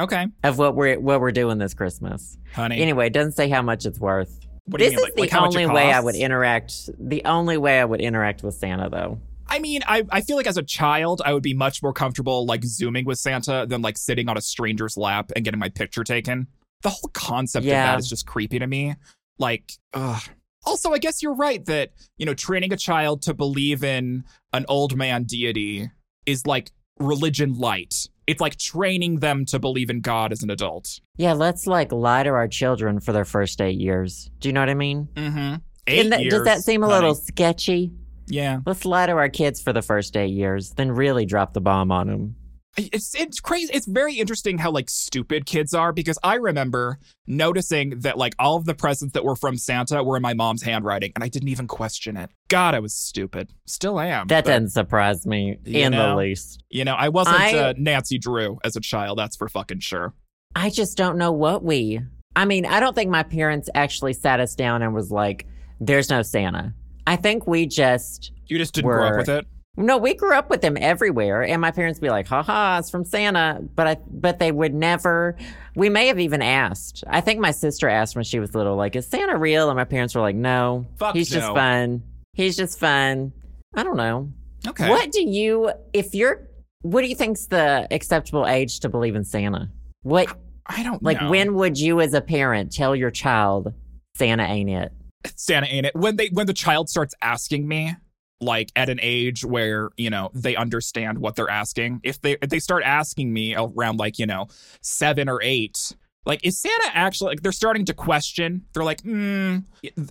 Speaker 2: Okay,
Speaker 1: of what we're what we're doing this Christmas.
Speaker 2: honey.
Speaker 1: Anyway, it doesn't say how much it's worth.
Speaker 2: what
Speaker 1: this
Speaker 2: do you mean?
Speaker 1: is
Speaker 2: like,
Speaker 1: the
Speaker 2: like how much it
Speaker 1: only way I
Speaker 2: costs?
Speaker 1: would interact. The only way I would interact with Santa, though.
Speaker 2: I mean, I, I feel like as a child, I would be much more comfortable like zooming with Santa than like sitting on a stranger's lap and getting my picture taken. The whole concept
Speaker 1: Yeah.
Speaker 2: of that is just creepy to me. Like, ugh. also, I guess you're right that, you know, training a child to believe in an old man deity is like religion light. It's like training them to believe in God as an adult.
Speaker 1: Yeah, let's like lie to our children for their first eight years. Do you know what I mean?
Speaker 2: Mm-hmm. Eight
Speaker 1: And that-
Speaker 2: years,
Speaker 1: does that seem a
Speaker 2: honey.
Speaker 1: little sketchy?
Speaker 2: Yeah.
Speaker 1: Let's lie to our kids for the first eight years, then really drop the bomb on them.
Speaker 2: It's it's crazy. It's very interesting how like stupid kids are because I remember noticing that like all of the presents that were from Santa were in my mom's handwriting and I didn't even question it. God, I was stupid. Still am.
Speaker 1: That
Speaker 2: but,
Speaker 1: doesn't surprise me
Speaker 2: You
Speaker 1: in
Speaker 2: know,
Speaker 1: the least.
Speaker 2: you know, I wasn't
Speaker 1: I-
Speaker 2: uh, Nancy Drew as a child. That's for fucking sure.
Speaker 1: I just don't know what we. I mean, I don't think my parents actually sat us down and was like, "There's no Santa." I think we just
Speaker 2: You just didn't grow up
Speaker 1: Were-
Speaker 2: with it.
Speaker 1: no, we grew up with them everywhere, and my parents be like, "Ha ha, it's from Santa," but I, but they would never. We may have even asked. I think my sister asked when she was little, like, "Is Santa real?" And my parents were like, "No,
Speaker 2: Fuck
Speaker 1: he's just
Speaker 2: no.
Speaker 1: fun. He's just fun." I don't know.
Speaker 2: Okay.
Speaker 1: What do you, if you're, what do you think's the acceptable age to believe in Santa? What,
Speaker 2: I don't
Speaker 1: like,
Speaker 2: know.
Speaker 1: when would you, as a parent, tell your child Santa ain't it?
Speaker 2: Santa ain't it. When they when the child starts asking me, like at an age where you know they understand what they're asking. If they if they start asking me around like you know seven or eight, like is Santa actually like they're starting to question. They're like, mm,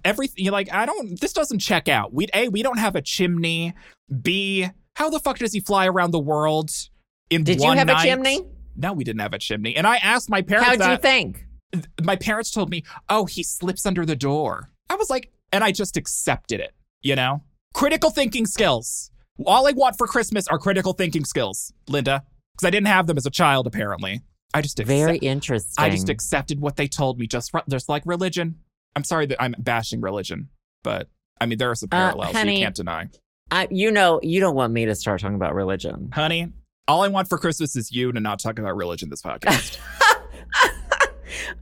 Speaker 2: everything. You're like, I don't. This doesn't check out. We a we don't have a chimney. B how the fuck does he fly around the world in
Speaker 1: Did you
Speaker 2: one
Speaker 1: have
Speaker 2: night?
Speaker 1: a chimney?
Speaker 2: No, we didn't have a chimney. And I asked my parents
Speaker 1: How'd you
Speaker 2: that
Speaker 1: think?
Speaker 2: my parents told me, "Oh, he slips under the door." I was like, and I just accepted it, you know? Critical thinking skills. All I want for Christmas are critical thinking skills, Linda, cuz I didn't have them as a child apparently. I just accept-
Speaker 1: Very interesting.
Speaker 2: I just accepted what they told me just ru- just like religion. I'm sorry that I'm bashing religion, but I mean there are some
Speaker 1: Uh,
Speaker 2: parallels
Speaker 1: honey.
Speaker 2: you can't deny.
Speaker 1: I, you know, you don't want me to start talking about religion.
Speaker 2: Honey, all I want for Christmas is you to not talk about religion this podcast.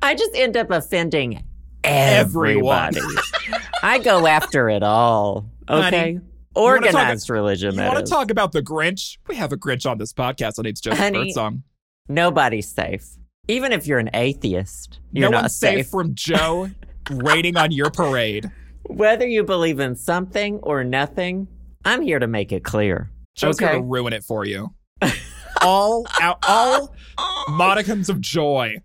Speaker 1: I just end up offending everybody. I go after it all.
Speaker 2: Honey,
Speaker 1: Okay.
Speaker 2: you wanna talk-
Speaker 1: Organized religion,
Speaker 2: you
Speaker 1: that
Speaker 2: want
Speaker 1: is.
Speaker 2: to talk about the Grinch? We have a Grinch on this podcast. It name's Joseph
Speaker 1: Honey,
Speaker 2: Birdsong.
Speaker 1: Nobody's safe. Even if you're an atheist, you're
Speaker 2: no
Speaker 1: not
Speaker 2: one's safe.
Speaker 1: safe.
Speaker 2: from Joe raining on your parade.
Speaker 1: Whether you believe in something or nothing, I'm here to make it clear.
Speaker 2: Joe's
Speaker 1: Okay.
Speaker 2: gonna ruin it for you. all out, all modicums of joy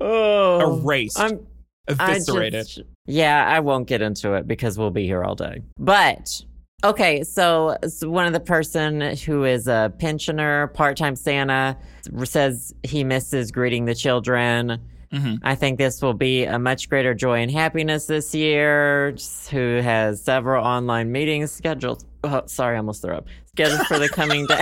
Speaker 1: Oh,
Speaker 2: erased,
Speaker 1: I'm I just-
Speaker 2: eviscerated.
Speaker 1: yeah, I won't get into it because we'll be here all day. But okay, so, so one of the person who is a pensioner, part-time Santa, says he misses greeting the children.
Speaker 2: Mhm.
Speaker 1: I think this will be a much greater joy and happiness this year. Who has several online meetings scheduled? Oh, sorry, I almost threw up. Scheduled for the coming day.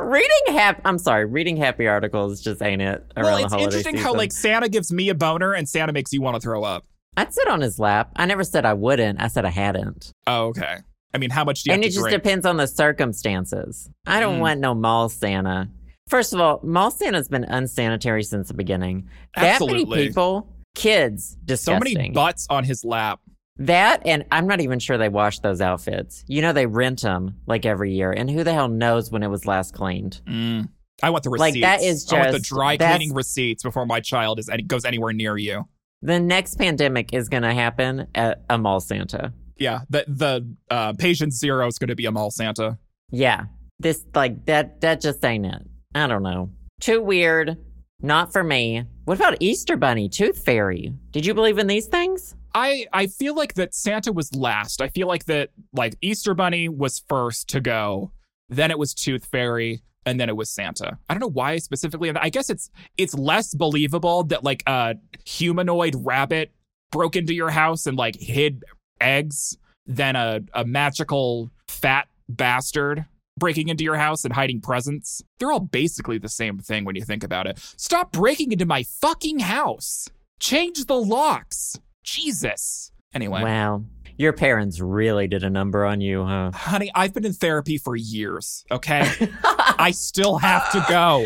Speaker 1: reading happy. I'm sorry, reading happy articles just ain't it around
Speaker 2: Well,
Speaker 1: the
Speaker 2: it's
Speaker 1: holiday
Speaker 2: interesting how
Speaker 1: season.
Speaker 2: like Santa gives me a boner and Santa makes you want to throw up.
Speaker 1: I'd sit on his lap. I never said I wouldn't. I said I hadn't.
Speaker 2: Oh, okay. I mean, how much do you
Speaker 1: and it
Speaker 2: have to
Speaker 1: just
Speaker 2: drink?
Speaker 1: depends on the circumstances. I don't
Speaker 2: Mm.
Speaker 1: want no mall Santa. First of all, mall Santa's been unsanitary since the beginning. That
Speaker 2: Absolutely.
Speaker 1: many people, kids,
Speaker 2: so
Speaker 1: disgusting.
Speaker 2: many butts on his lap.
Speaker 1: that and I'm not even sure they wash those outfits. You know they rent them like every year, and who the hell knows when it was last cleaned?
Speaker 2: Mm. I want the
Speaker 1: Like,
Speaker 2: receipts.
Speaker 1: that is
Speaker 2: I want the
Speaker 1: just-
Speaker 2: dry
Speaker 1: that's-
Speaker 2: cleaning receipts before my child is any, goes anywhere near you.
Speaker 1: The next pandemic is going to happen at a mall Santa.
Speaker 2: Yeah, the the uh, patient zero is going to be a mall Santa.
Speaker 1: Yeah. This like that that just ain't it. I don't know. Too weird. Not for me. What about Easter Bunny, Tooth Fairy? Did you believe in these things?
Speaker 2: I I feel like that Santa was last. I feel like that like Easter Bunny was first to go. Then it was Tooth Fairy, and then it was Santa. I don't know why specifically. I guess it's it's less believable that like a humanoid rabbit broke into your house and like hid eggs than a a magical fat bastard breaking into your house and hiding presents. They're all basically the same thing when you think about it. Stop breaking into my fucking house. Change the locks. Jesus. Anyway,
Speaker 1: Wow. Your parents really did a number on you, huh?
Speaker 2: honey, I've been in therapy for years, okay? I still have to go.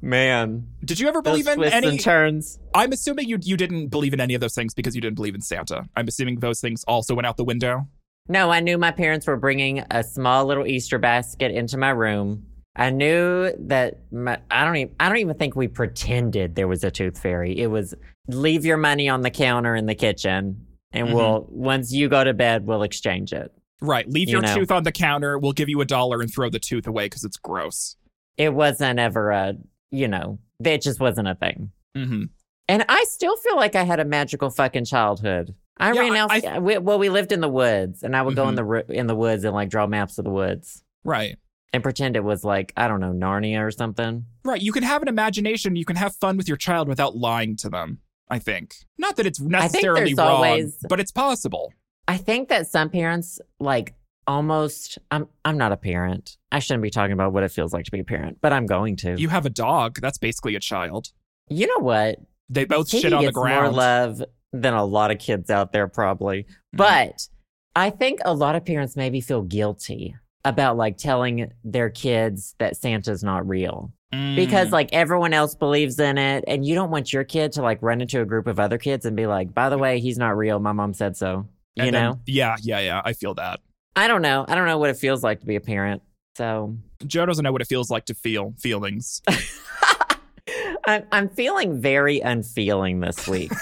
Speaker 1: Man.
Speaker 2: Did you ever
Speaker 1: Those
Speaker 2: believe in
Speaker 1: twists
Speaker 2: any
Speaker 1: and turns.
Speaker 2: I'm assuming you you didn't believe in any of those things because you didn't believe in Santa. I'm assuming those things also went out the window.
Speaker 1: No, I knew my parents were bringing a small little Easter basket into my room. I knew that my, I don't even I don't even think we pretended there was a tooth fairy. It was leave your money on the counter in the kitchen and
Speaker 2: Mhm.
Speaker 1: we'll once you go to bed we'll exchange it.
Speaker 2: Right. Leave
Speaker 1: You
Speaker 2: your
Speaker 1: know.
Speaker 2: tooth on the counter. We'll give you a dollar and throw the tooth away because it's gross.
Speaker 1: It wasn't ever a, you know, that just wasn't a thing.
Speaker 2: Mm-hmm.
Speaker 1: And I still feel like I had a magical fucking childhood. I
Speaker 2: Yeah,
Speaker 1: ran
Speaker 2: I-
Speaker 1: out.
Speaker 2: I- Mm-hmm.
Speaker 1: we, well, we lived in the woods, and I would go in the ru- in the woods and like draw maps of the woods
Speaker 2: Right.
Speaker 1: and pretend it was like I don't know Narnia or something.
Speaker 2: Right. You can have an imagination. You can have fun with your child without lying to them. I think. Not that it's
Speaker 1: think
Speaker 2: necessarily
Speaker 1: there's
Speaker 2: wrong,
Speaker 1: always-
Speaker 2: but it's possible.
Speaker 1: I think that some parents like almost I'm I'm not a parent. I shouldn't be talking about what it feels like to be a parent, but I'm going to.
Speaker 2: You have a dog. That's basically a child.
Speaker 1: You know what?
Speaker 2: They both
Speaker 1: He
Speaker 2: shit on the
Speaker 1: gets more
Speaker 2: ground. Mm-hmm.
Speaker 1: love than a lot of kids out there probably. But I think a lot of parents maybe feel guilty about like telling their kids that Santa's not real
Speaker 2: Mm.
Speaker 1: because like everyone else believes in it and you don't want your kid to like run into a group of other kids and be like, by the way, he's not real. My mom said so. You
Speaker 2: And then-
Speaker 1: know?
Speaker 2: yeah, yeah, yeah. I feel that.
Speaker 1: I don't know. I don't know what it feels like to be a parent. So
Speaker 2: Joe doesn't know what it feels like to feel feelings.
Speaker 1: I'm, I'm feeling very unfeeling this week.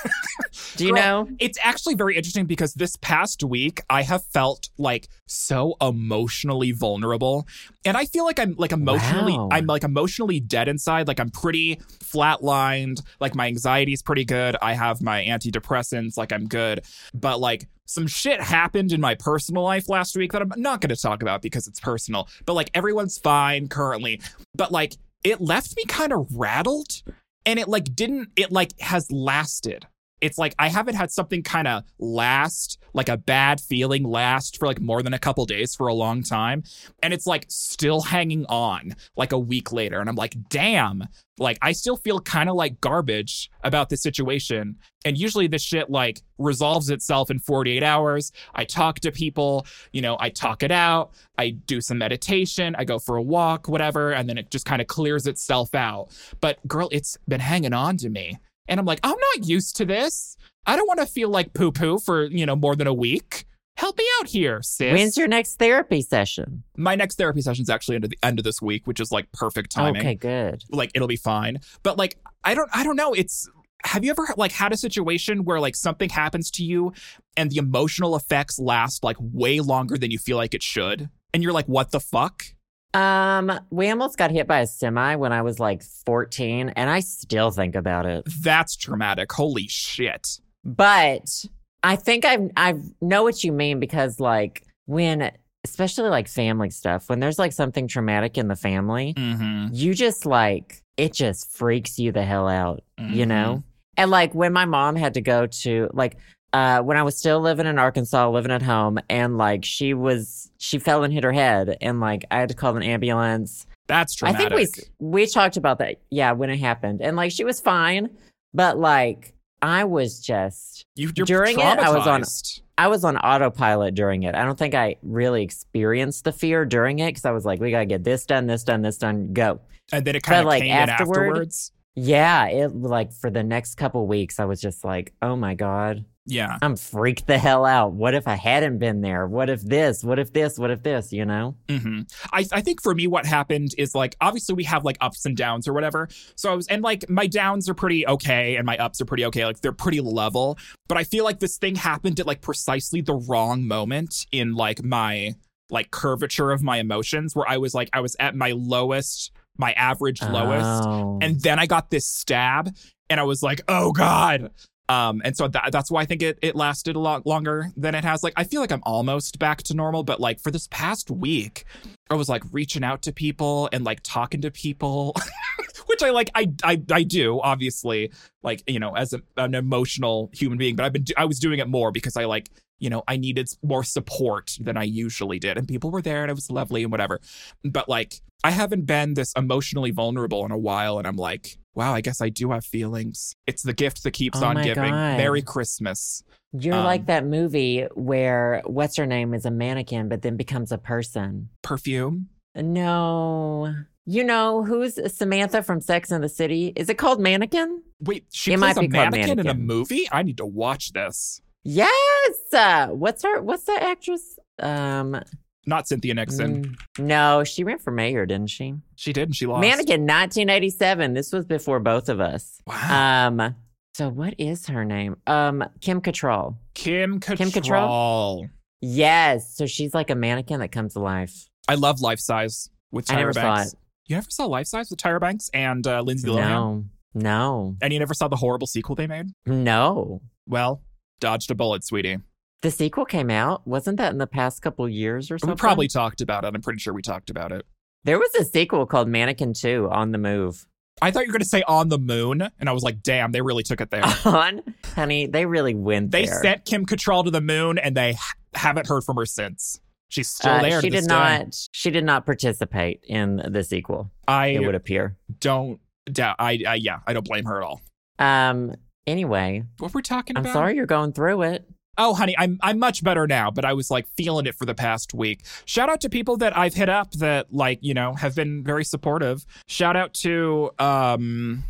Speaker 1: Do you
Speaker 2: Girl,
Speaker 1: know?
Speaker 2: it's actually very interesting because this past week I have felt like so emotionally vulnerable. And I feel like I'm like emotionally
Speaker 1: Wow.
Speaker 2: I'm like emotionally dead inside. Like I'm pretty flatlined. Like my anxiety's pretty good. I have my antidepressants, like I'm good. But like some shit happened in my personal life last week that I'm not gonna talk about because it's personal. But like everyone's fine currently. But like it left me kind of rattled and it like didn't it like has lasted it's like i haven't had something kind of last like a bad feeling last for like more than a couple days for a long time and it's like still hanging on like a week later and i'm like damn like i still feel kind of like garbage about this situation and usually this shit like resolves itself in 48 hours i talk to people you know i talk it out i do some meditation i go for a walk whatever and then it just kind of clears itself out but girl it's been hanging on to me and i'm like i'm not used to this i don't want to feel like poo poo for you know more than a week help me out here sis
Speaker 1: When's your next therapy session?
Speaker 2: my next therapy session is actually into the end of this week, which is like perfect timing.
Speaker 1: Okay, good.
Speaker 2: Like it'll be fine. But like I don't I don't know. It's have you ever like had a situation where like something happens to you and the emotional effects last like way longer than you feel like it should? And you're like, what the fuck?
Speaker 1: Um, we almost got hit by a semi when I was like 14, and I still think about it.
Speaker 2: That's traumatic. Holy shit.
Speaker 1: But I think I I know what you mean because like when especially like family stuff, when there's like something traumatic in the family,
Speaker 2: Mm-hmm.
Speaker 1: you just like it just freaks you the hell out.
Speaker 2: Mm-hmm.
Speaker 1: you know? And like when my mom had to go to like uh when I was still living in Arkansas, living at home, and like she was she fell and hit her head and like I had to call an ambulance.
Speaker 2: That's traumatic.
Speaker 1: I think we we talked about that, yeah, when it happened. And like she was fine, but like I was just
Speaker 2: you, you're
Speaker 1: during it, I was on-
Speaker 2: traumatized.
Speaker 1: I was on autopilot during it. I don't think I really experienced the fear during it because I was like, we gotta get this done, this done, this done, go.
Speaker 2: and then it kind of
Speaker 1: like,
Speaker 2: came
Speaker 1: afterward-
Speaker 2: in afterwards.
Speaker 1: Yeah, it like for the next couple weeks, I was just like, oh my god,
Speaker 2: Yeah.
Speaker 1: I'm freaked the hell out. What if I hadn't been there? What if this? What if this? What if this? You know?
Speaker 2: hmm I, I think for me, what happened is like obviously we have like ups and downs or whatever. So I was and like my downs are pretty okay and my ups are pretty okay. Like they're pretty level. But I feel like this thing happened at like precisely the wrong moment in like my like curvature of my emotions where I was like I was at my lowest, my average lowest,
Speaker 1: Oh.
Speaker 2: and then I got this stab, and I was like, "Oh God!" Um, and so that, that's why I think it it lasted a lot longer than it has. Like, I feel like I'm almost back to normal, but like for this past week, I was like reaching out to people and like talking to people, which I like. I I I do obviously like you know as a, an emotional human being, but I've been do- I was doing it more because I like you know I needed more support than I usually did, and people were there and it was lovely and whatever but like I haven't been this emotionally vulnerable in a while and I'm like, wow, I guess I do have feelings. It's the gift that keeps
Speaker 1: Oh
Speaker 2: on
Speaker 1: my
Speaker 2: giving.
Speaker 1: God.
Speaker 2: Merry Christmas.
Speaker 1: You're
Speaker 2: um,
Speaker 1: like that movie where what's her name is a mannequin, but then becomes a person.
Speaker 2: Perfume.
Speaker 1: No. You know who's Samantha from Sex and the City? Is it called Mannequin?
Speaker 2: Wait, she
Speaker 1: It
Speaker 2: plays
Speaker 1: might be
Speaker 2: a
Speaker 1: called
Speaker 2: mannequin, in a
Speaker 1: Mannequin.
Speaker 2: movie? I need to watch this.
Speaker 1: Yes. Uh, what's her? What's that actress? Um,
Speaker 2: Not Cynthia Nixon.
Speaker 1: mm, no, she ran for mayor, didn't she?
Speaker 2: She did and she lost.
Speaker 1: Mannequin, 1987. This was before both of us.
Speaker 2: Wow.
Speaker 1: Um, so what is her name? Um, Kim Cattrall.
Speaker 2: Kim Cattrall.
Speaker 1: Kim Cattrall? Yes. So she's like a mannequin that comes to life.
Speaker 2: I love Life Size with Tyra
Speaker 1: I never saw
Speaker 2: Banks.
Speaker 1: it.
Speaker 2: You never saw Life Size with Tyra Banks and uh, Lindsay Lohan?
Speaker 1: No, no,
Speaker 2: And you never saw the horrible sequel they made?
Speaker 1: no.
Speaker 2: Well, dodged a bullet, sweetie.
Speaker 1: The sequel came out. Wasn't that in the past couple years or something?
Speaker 2: We probably talked about it. I'm pretty sure we talked about it.
Speaker 1: There was a sequel called Mannequin 2 on the move.
Speaker 2: I thought you were going to say on the moon, and I was like, damn, they really took it there.
Speaker 1: On, honey, they really went
Speaker 2: they
Speaker 1: there.
Speaker 2: sent Kim Cattrall to the moon, and they ha- haven't heard from her since. She's still
Speaker 1: Uh,
Speaker 2: there.
Speaker 1: she
Speaker 2: to this
Speaker 1: did
Speaker 2: day.
Speaker 1: not. She did not participate in the sequel. It
Speaker 2: I
Speaker 1: would appear.
Speaker 2: don't doubt. I, I yeah. I don't blame her at all.
Speaker 1: Um. Anyway,
Speaker 2: What we're talking
Speaker 1: I'm
Speaker 2: about?
Speaker 1: sorry you're going through it.
Speaker 2: Oh, honey, I'm I'm much better now, but I was like feeling it for the past week. Shout out to people that I've hit up that like you know have been very supportive. Shout out to um,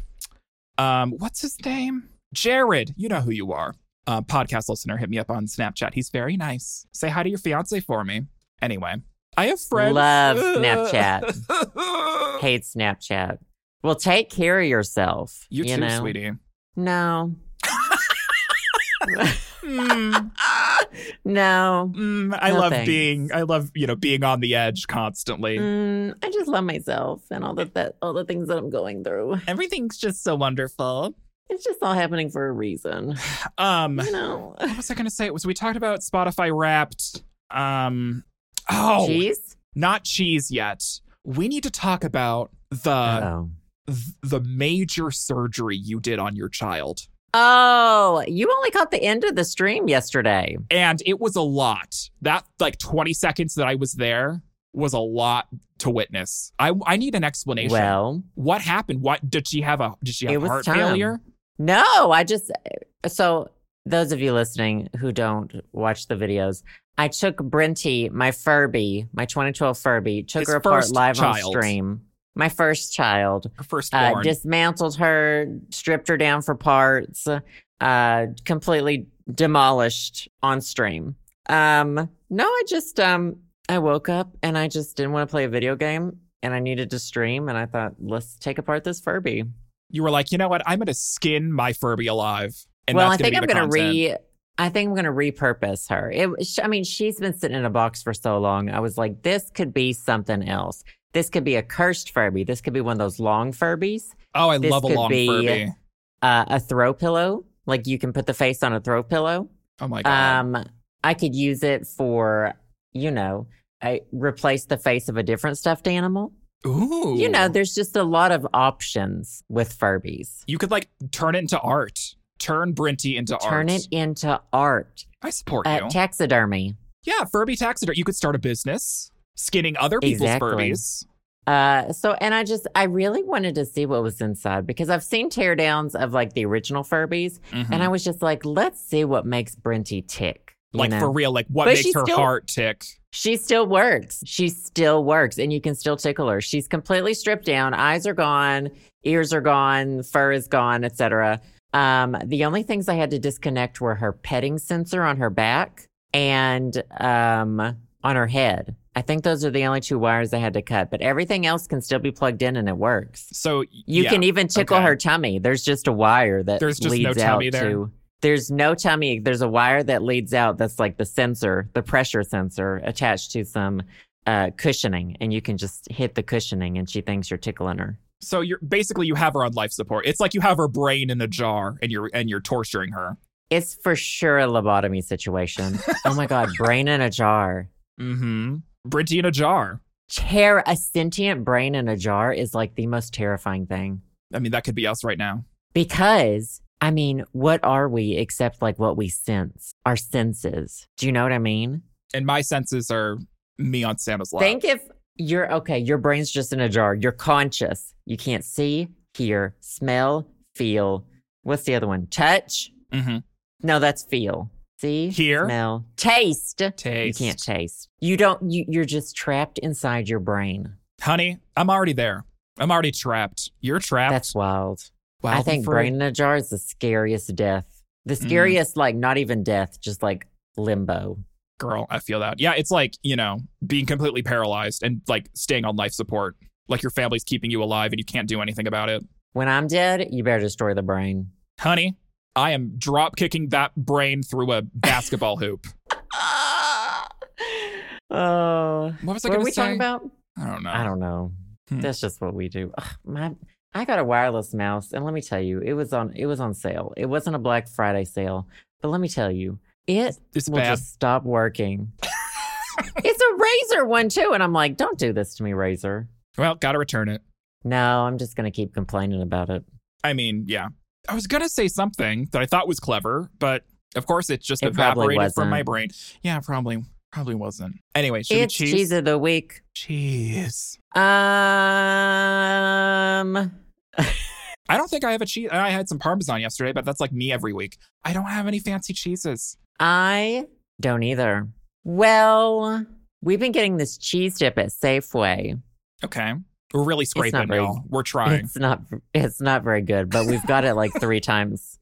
Speaker 2: um, what's his name? Jared. You know who you are. Uh, podcast listener, hit me up on Snapchat. He's very nice. Say hi to your fiance for me. Anyway, I have friends.
Speaker 1: Love Snapchat. Hate Snapchat. Well, take care of yourself.
Speaker 2: you too,
Speaker 1: know?
Speaker 2: sweetie.
Speaker 1: No.
Speaker 2: Mm,
Speaker 1: no.
Speaker 2: mm, I
Speaker 1: No
Speaker 2: love
Speaker 1: thanks.
Speaker 2: being. I love you know being on the edge constantly.
Speaker 1: Mm, I just love myself and all the that all the things that I'm going through.
Speaker 2: Everything's just so wonderful.
Speaker 1: It's just all happening for a reason.
Speaker 2: Um,
Speaker 1: You know.
Speaker 2: what was I going to say? It was we talked about Spotify Wrapped. Um, oh,
Speaker 1: Cheese?
Speaker 2: not cheese yet. We need to talk about the
Speaker 1: oh.
Speaker 2: th- the major surgery you did on your child,
Speaker 1: Oh, you only caught the end of the stream yesterday.
Speaker 2: and it was a lot. That like twenty seconds that I was there was a lot to witness. I I need an explanation.
Speaker 1: Well,
Speaker 2: what happened? What did she have a did she have
Speaker 1: It was
Speaker 2: heart
Speaker 1: time.
Speaker 2: failure?
Speaker 1: no, I just eh, so those of you listening who don't watch the videos, I took Brenty, my Furby, my 2012 Furby, took
Speaker 2: His
Speaker 1: her apart
Speaker 2: first
Speaker 1: live
Speaker 2: child.
Speaker 1: on stream. My first child.
Speaker 2: Her firstborn.
Speaker 1: uh, dismantled her, stripped her down for parts, uh, completely demolished on stream. Um, no, I just um, I woke up and I just didn't want to play a video game and I needed to stream and I thought let's take apart this Furby.
Speaker 2: you were like, you know what? I'm going to skin my Furby alive. And
Speaker 1: well, I
Speaker 2: that's
Speaker 1: think
Speaker 2: gonna
Speaker 1: I'm
Speaker 2: be the
Speaker 1: gonna
Speaker 2: content.
Speaker 1: re. I think I'm going to repurpose her. It, sh- I mean, she's been sitting in a box for so long. I was like, this could be something else. This could be a cursed Furby. This could be one of those long Furbies.
Speaker 2: Oh, I
Speaker 1: This
Speaker 2: love a
Speaker 1: could
Speaker 2: long
Speaker 1: be-
Speaker 2: Furby.
Speaker 1: uh, a throw pillow. Like you can put the face on a throw pillow.
Speaker 2: Oh my god.
Speaker 1: Um, I could use it for, you know, I replace the face of a different stuffed animal.
Speaker 2: Ooh.
Speaker 1: Um, You know, there's just a lot of options with Furbies.
Speaker 2: you could like turn it into art. Turn Brinty into art.
Speaker 1: Turn it into art.
Speaker 2: I support
Speaker 1: Uh,
Speaker 2: you.
Speaker 1: taxidermy.
Speaker 2: yeah, Furby taxidermy. You could start a business skinning other people's
Speaker 1: Exactly.
Speaker 2: Furbies.
Speaker 1: Uh, so, and I just, I really wanted to see what was inside because I've seen teardowns of like the original Furbies,
Speaker 2: Mhm.
Speaker 1: and I was just like, let's see what makes Brinty tick. you
Speaker 2: like
Speaker 1: know?
Speaker 2: for real, like what
Speaker 1: But
Speaker 2: makes
Speaker 1: she's
Speaker 2: her
Speaker 1: still-
Speaker 2: heart tick?
Speaker 1: She still works. She still works, and you can still tickle her. She's completely stripped down. Eyes are gone, ears are gone, fur is gone, etc. Um, the only things I had to disconnect were her petting sensor on her back and um, on her head. I think those are the only two wires I had to cut, but everything else can still be plugged in and it works.
Speaker 2: So
Speaker 1: You
Speaker 2: yeah.
Speaker 1: can even tickle
Speaker 2: okay.
Speaker 1: her tummy. There's just a wire that
Speaker 2: There's just no
Speaker 1: leads out
Speaker 2: tummy there?
Speaker 1: to. There's no tummy. There's a wire that leads out. That's like the sensor, the pressure sensor attached to some uh, cushioning, and you can just hit the cushioning, and she thinks you're tickling her.
Speaker 2: So you're basically you have her on life support. It's like you have her brain in a jar and you're and you're torturing her.
Speaker 1: It's for sure a lobotomy situation. oh my god, brain in a jar.
Speaker 2: Mm-hmm. Brinty in a jar.
Speaker 1: Ter- a sentient brain in a jar is like the most terrifying thing
Speaker 2: I mean, that could be us right now.
Speaker 1: because. I mean, what are we except like what we sense, our senses? Do you know what I mean?
Speaker 2: And my senses are me on Santa's lap.
Speaker 1: Think if you're okay, your brain's just in a jar. You're conscious. You can't see, hear, smell, feel. What's the other one? Touch?
Speaker 2: mm-hmm.
Speaker 1: No, that's feel. See?
Speaker 2: Hear?
Speaker 1: Smell. Taste.
Speaker 2: Taste.
Speaker 1: You can't taste. You don't you, you're just trapped inside your brain.
Speaker 2: Honey, I'm already there. I'm already trapped. You're trapped.
Speaker 1: That's wild.
Speaker 2: Wild
Speaker 1: I
Speaker 2: and
Speaker 1: think
Speaker 2: free.
Speaker 1: brain in a jar is the scariest death. The
Speaker 2: Mm.
Speaker 1: scariest, like not even death, just like limbo.
Speaker 2: girl, I feel that. Yeah, it's like, you know, being completely paralyzed and like staying on life support. Like your family's keeping you alive and you can't do anything about it.
Speaker 1: When I'm dead, you better destroy the brain.
Speaker 2: Honey, I am drop kicking that brain through a basketball hoop. Ah.
Speaker 1: Oh.
Speaker 2: What was I
Speaker 1: What are
Speaker 2: going
Speaker 1: we
Speaker 2: to say?
Speaker 1: talking about?
Speaker 2: I don't know.
Speaker 1: I don't know.
Speaker 2: Hmm.
Speaker 1: That's just what we do. Ugh, my, I got a wireless mouse, and let me tell you, it was on it was on sale. It wasn't a Black Friday sale, but let me tell you, it
Speaker 2: It's
Speaker 1: will
Speaker 2: bad.
Speaker 1: just stop working. it's a Razor one too, and I'm like, don't do this to me, Razor.
Speaker 2: Well, got to return it.
Speaker 1: No, I'm just gonna keep complaining about it.
Speaker 2: I mean, yeah. I was going to say something that I thought was clever, but of course it's just
Speaker 1: It probably
Speaker 2: evaporated from
Speaker 1: wasn't.
Speaker 2: my brain. Yeah, probably Probably wasn't. Anyway, should
Speaker 1: It's
Speaker 2: we
Speaker 1: cheese?
Speaker 2: cheese?
Speaker 1: of the week.
Speaker 2: Cheese.
Speaker 1: Um,
Speaker 2: I don't think I have a cheese. I had some Parmesan yesterday, but that's like me every week. I don't have any fancy cheeses.
Speaker 1: I don't either. Well, we've been getting this cheese dip at Safeway.
Speaker 2: Okay. We're really
Speaker 1: not
Speaker 2: scraping,
Speaker 1: very-
Speaker 2: y'all. We're trying.
Speaker 1: It's not it's not very good, but we've got it like three times.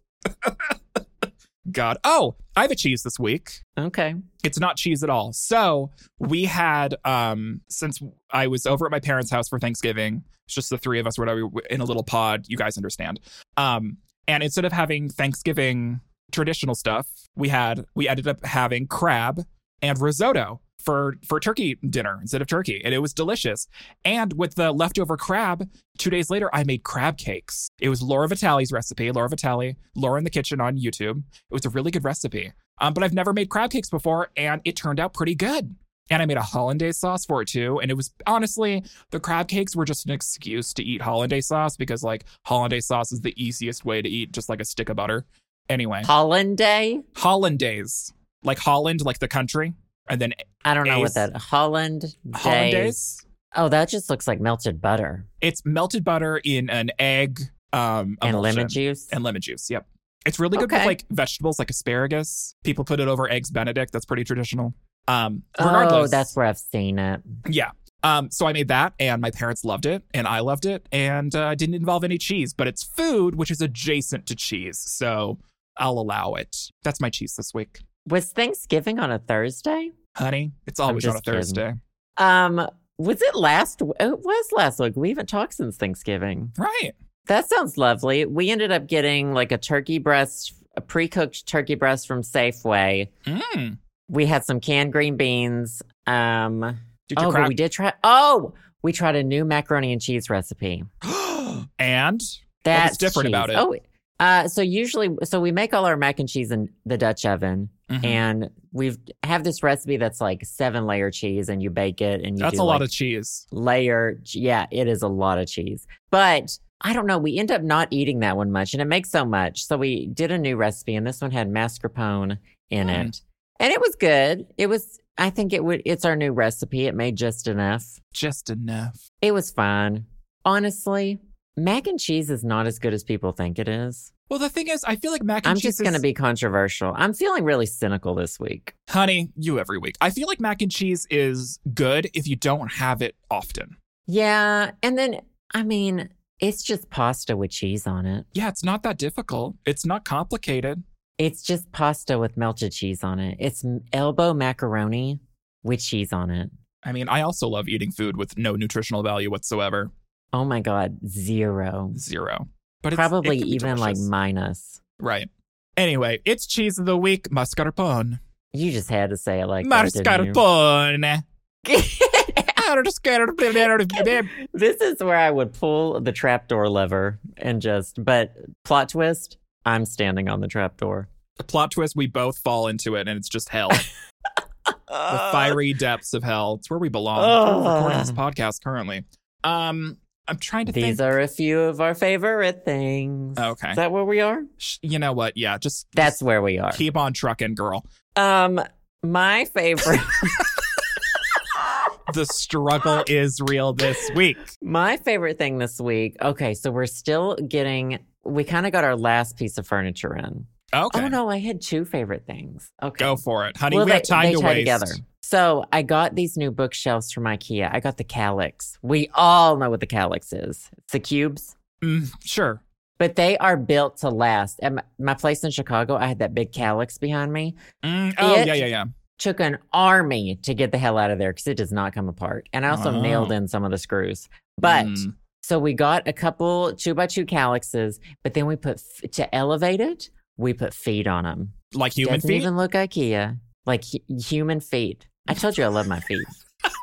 Speaker 2: God. Oh, I have a cheese this week.
Speaker 1: Okay.
Speaker 2: It's not cheese at all. So we had, um, since I was over at my parents' house for Thanksgiving, it's just the three of us, whatever, in a little pod. You guys understand. Um, and instead of having Thanksgiving traditional stuff, we had we ended up having crab and risotto for for turkey dinner instead of turkey, and it was delicious. And with the leftover crab, two days later, I made crab cakes. It was Laura Vitale's recipe. Laura Vitale, Laura in the kitchen on YouTube. It was a really good recipe. Um, but I've never made crab cakes before, and it turned out pretty good. And I made a hollandaise sauce for it too. And it was honestly, the crab cakes were just an excuse to eat hollandaise sauce because, like, hollandaise sauce is the easiest way to eat just like a stick of butter. Anyway,
Speaker 1: Holland Day?
Speaker 2: hollandaise, like Holland, like the country, and then
Speaker 1: I don't know what
Speaker 2: Ace.
Speaker 1: that Holland Day.
Speaker 2: hollandaise.
Speaker 1: Oh, that just looks like melted butter
Speaker 2: It's melted butter in an egg um,
Speaker 1: and lemon
Speaker 2: emulsion.
Speaker 1: juice.
Speaker 2: and lemon juice. Yep. It's really good
Speaker 1: Okay.
Speaker 2: with like vegetables like asparagus. People put it over eggs benedict. That's pretty traditional. Um regardless.
Speaker 1: Oh, that's where I've seen it.
Speaker 2: yeah. Um so I made that and my parents loved it and I loved it and uh, it didn't involve any cheese, but it's food which is adjacent to cheese. So I'll allow it. That's my cheese this week.
Speaker 1: Was Thanksgiving on a Thursday?
Speaker 2: Honey, it's always on a
Speaker 1: just kidding.
Speaker 2: Thursday.
Speaker 1: Um, was it last? It was last week. We haven't talked since Thanksgiving.
Speaker 2: Right.
Speaker 1: That sounds lovely. We ended up getting like a turkey breast, a pre-cooked turkey breast from Safeway.
Speaker 2: Mm.
Speaker 1: We had some canned green beans. Um,
Speaker 2: Did you
Speaker 1: oh, but
Speaker 2: crack?
Speaker 1: we did try. Oh, we tried a new macaroni and cheese recipe.
Speaker 2: and
Speaker 1: That's
Speaker 2: What was different about
Speaker 1: cheese.
Speaker 2: it?
Speaker 1: Oh, uh, so usually, so we make all our mac and cheese in the Dutch oven,
Speaker 2: Mhm.
Speaker 1: and we've have this recipe that's like seven layer cheese, and you bake it, and you
Speaker 2: that's
Speaker 1: do
Speaker 2: a lot
Speaker 1: like
Speaker 2: of cheese.
Speaker 1: layer. Yeah, it is a lot of cheese, but I don't know. We end up not eating that one much, and it makes so much. So we did a new recipe, and this one had mascarpone in
Speaker 2: Hmm.
Speaker 1: it, and it was good. It was. I think it would. It's our new recipe. It made just enough.
Speaker 2: Just enough.
Speaker 1: It was fine. Honestly, mac and cheese is not as good as people think it is.
Speaker 2: Well, the thing is, I feel like mac and
Speaker 1: I'm
Speaker 2: cheese
Speaker 1: just
Speaker 2: is-
Speaker 1: going to be controversial. I'm feeling really cynical this week.
Speaker 2: Honey, you every week. I feel like mac and cheese is good if you don't have it often.
Speaker 1: Yeah. And then, I mean, it's just pasta with cheese on it.
Speaker 2: Yeah, it's not that difficult. It's not complicated.
Speaker 1: It's just pasta with melted cheese on it. It's m- elbow macaroni with cheese on it.
Speaker 2: I mean, I also love eating food with no nutritional value whatsoever.
Speaker 1: Oh my God, zero.
Speaker 2: Zero. But it's,
Speaker 1: Probably
Speaker 2: it can be
Speaker 1: even like
Speaker 2: delicious.
Speaker 1: minus.
Speaker 2: right. Anyway, it's cheese of the week, mascarpone.
Speaker 1: You just had to say it like that, didn't you?
Speaker 2: mascarpone.
Speaker 1: this is where I would pull the trapdoor lever and just, but plot twist, I'm standing on the trapdoor.
Speaker 2: Plot twist: We both fall into it, and it's just hell. the
Speaker 1: Uh,
Speaker 2: fiery depths of hell. It's where we belong. It's where we're recording this podcast currently. Um, I'm trying to
Speaker 1: These
Speaker 2: think.
Speaker 1: are a few of our favorite things.
Speaker 2: Oh, Okay.
Speaker 1: Is that where we are?
Speaker 2: Sh- you know what? Yeah, just
Speaker 1: That's where we are.
Speaker 2: just keep on trucking, girl.
Speaker 1: Um, my favorite,
Speaker 2: The struggle is real this week.
Speaker 1: my favorite thing this week. Okay, so we're still getting. We kind of got our last piece of furniture in.
Speaker 2: Okay,
Speaker 1: Oh no, I had two favorite things. Okay,
Speaker 2: go for it, honey.
Speaker 1: Well,
Speaker 2: we
Speaker 1: they,
Speaker 2: have time
Speaker 1: they
Speaker 2: to
Speaker 1: tie
Speaker 2: waste.
Speaker 1: together. So I got these new bookshelves from IKEA. I got the Calyx. We all know what the Calyx is. It's the cubes.
Speaker 2: Mm, sure.
Speaker 1: But they are built to last. At my, my place in Chicago, I had that big calyx behind me.
Speaker 2: Mm, oh
Speaker 1: It-
Speaker 2: yeah, yeah, yeah.
Speaker 1: took an army to get the hell out of there because it does not come apart. And I also
Speaker 2: Wow.
Speaker 1: nailed in some of the screws. But
Speaker 2: Mm,
Speaker 1: so we got a couple two by two calyxes, but then we put f- to elevate it, we put feet on them.
Speaker 2: like human
Speaker 1: Doesn't
Speaker 2: feet.
Speaker 1: even look IKEA like hu- human feet. I told you I love my feet,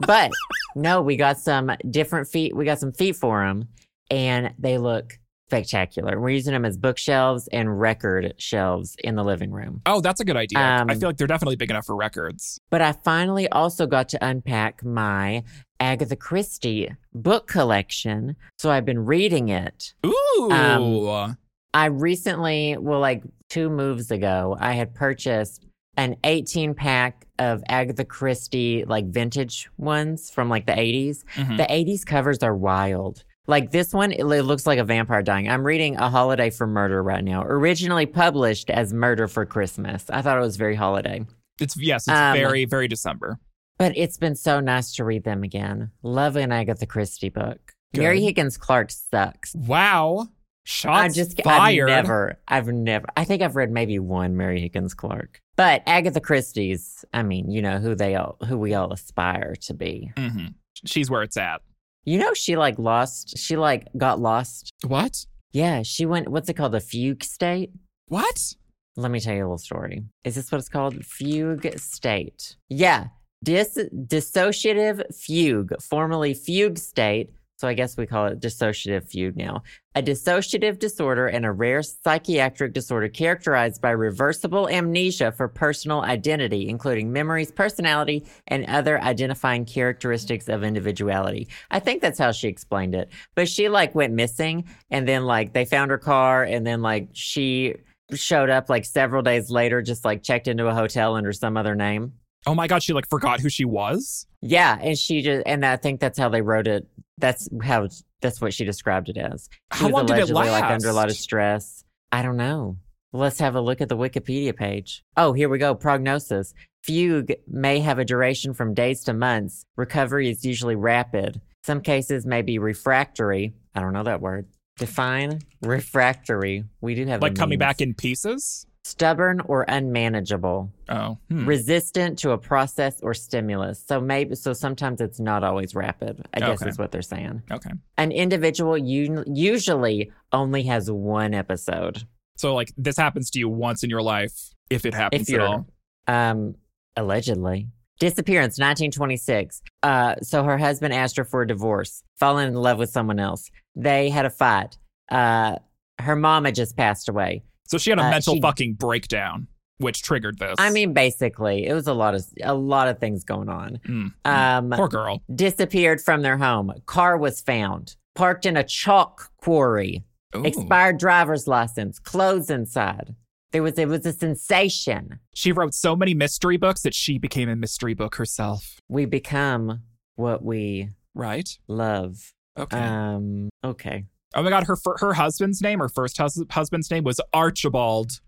Speaker 1: but no, we got some different feet. We got some feet for them, and they look spectacular. We're using them as bookshelves and record shelves in the living room.
Speaker 2: Oh, that's a good idea.
Speaker 1: Um,
Speaker 2: I feel like they're definitely big enough for records.
Speaker 1: But I finally also got to unpack my Agatha Christie book collection. So I've been reading it.
Speaker 2: Ooh,
Speaker 1: um, I recently, well, like two moves ago, I had purchased an 18 pack of Agatha Christie like vintage ones from like the 80s.
Speaker 2: Mhm.
Speaker 1: The 80s covers are wild. Like this one, it it looks like a vampire dying. I'm reading A Holiday for Murder right now, originally published as Murder for Christmas. I thought it was very holiday,
Speaker 2: It's yes, it's
Speaker 1: Um,
Speaker 2: very very December.
Speaker 1: but it's been so nice to read them again. Love an Agatha Christie book. Mary
Speaker 2: Good.
Speaker 1: Higgins Clark sucks.
Speaker 2: Wow, shots
Speaker 1: I just
Speaker 2: fired.
Speaker 1: I've never, I've never. I think I've read maybe one Mary Higgins Clark, but Agatha Christie's. I mean, you know who they all, who we all aspire to be.
Speaker 2: hmm She's where it's at.
Speaker 1: You know, she like lost. She like got lost.
Speaker 2: What?
Speaker 1: Yeah, she went. What's it called? The fugue state.
Speaker 2: What?
Speaker 1: Let me tell you a little story. Is this what it's called? Fugue state. Yeah, dis dissociative fugue, formerly fugue state. So I guess we call it dissociative fugue now. A dissociative disorder and a rare psychiatric disorder characterized by reversible amnesia for personal identity, including memories, personality, and other identifying characteristics of individuality. I think that's how she explained it. But she like went missing and then like they found her car and then like she showed up like several days later, just like checked into a hotel under some other name.
Speaker 2: Oh my god, she like forgot who she was.
Speaker 1: Yeah, and she just and I think that's how they wrote it. That's how that's what she described it as. She
Speaker 2: How
Speaker 1: was
Speaker 2: long did it
Speaker 1: allegedly,
Speaker 2: last?
Speaker 1: Like under a lot of stress. I don't know. Let's have a look at the Wikipedia page. Oh, here we go. Prognosis. Fugue may have a duration from days to months. Recovery is usually rapid. Some cases may be refractory. I don't know that word. Define refractory. We do have
Speaker 2: like
Speaker 1: the means.
Speaker 2: coming back in pieces.
Speaker 1: stubborn or unmanageable
Speaker 2: Oh, hmm.
Speaker 1: resistant to a process or stimulus. So maybe so sometimes it's not always rapid. I guess
Speaker 2: Okay.
Speaker 1: is what they're saying.
Speaker 2: okay.
Speaker 1: An individual un- usually only has one episode.
Speaker 2: So like this happens to you once in your life, if it
Speaker 1: If
Speaker 2: happens at
Speaker 1: you're-
Speaker 2: all.
Speaker 1: Um allegedly. Disappearance 1926. Uh so her husband asked her for a divorce, fallen in love with someone else. They had a fight. Uh her mom had just passed away.
Speaker 2: So she had a
Speaker 1: Uh,
Speaker 2: mental
Speaker 1: she-
Speaker 2: fucking breakdown, which triggered this.
Speaker 1: I mean basically, it was a lot of a lot of things going on.
Speaker 2: Mm, mm.
Speaker 1: Um
Speaker 2: poor girl.
Speaker 1: disappeared from their home. Car was found, parked in a chalk quarry,
Speaker 2: Ooh.
Speaker 1: expired driver's license, clothes inside. There was it was a sensation.
Speaker 2: She wrote so many mystery books that she became a mystery book herself.
Speaker 1: We become what we
Speaker 2: Right?
Speaker 1: love.
Speaker 2: Okay.
Speaker 1: Um okay.
Speaker 2: oh my god, her fir- her husband's name, her first hus- husband's name was Archibald.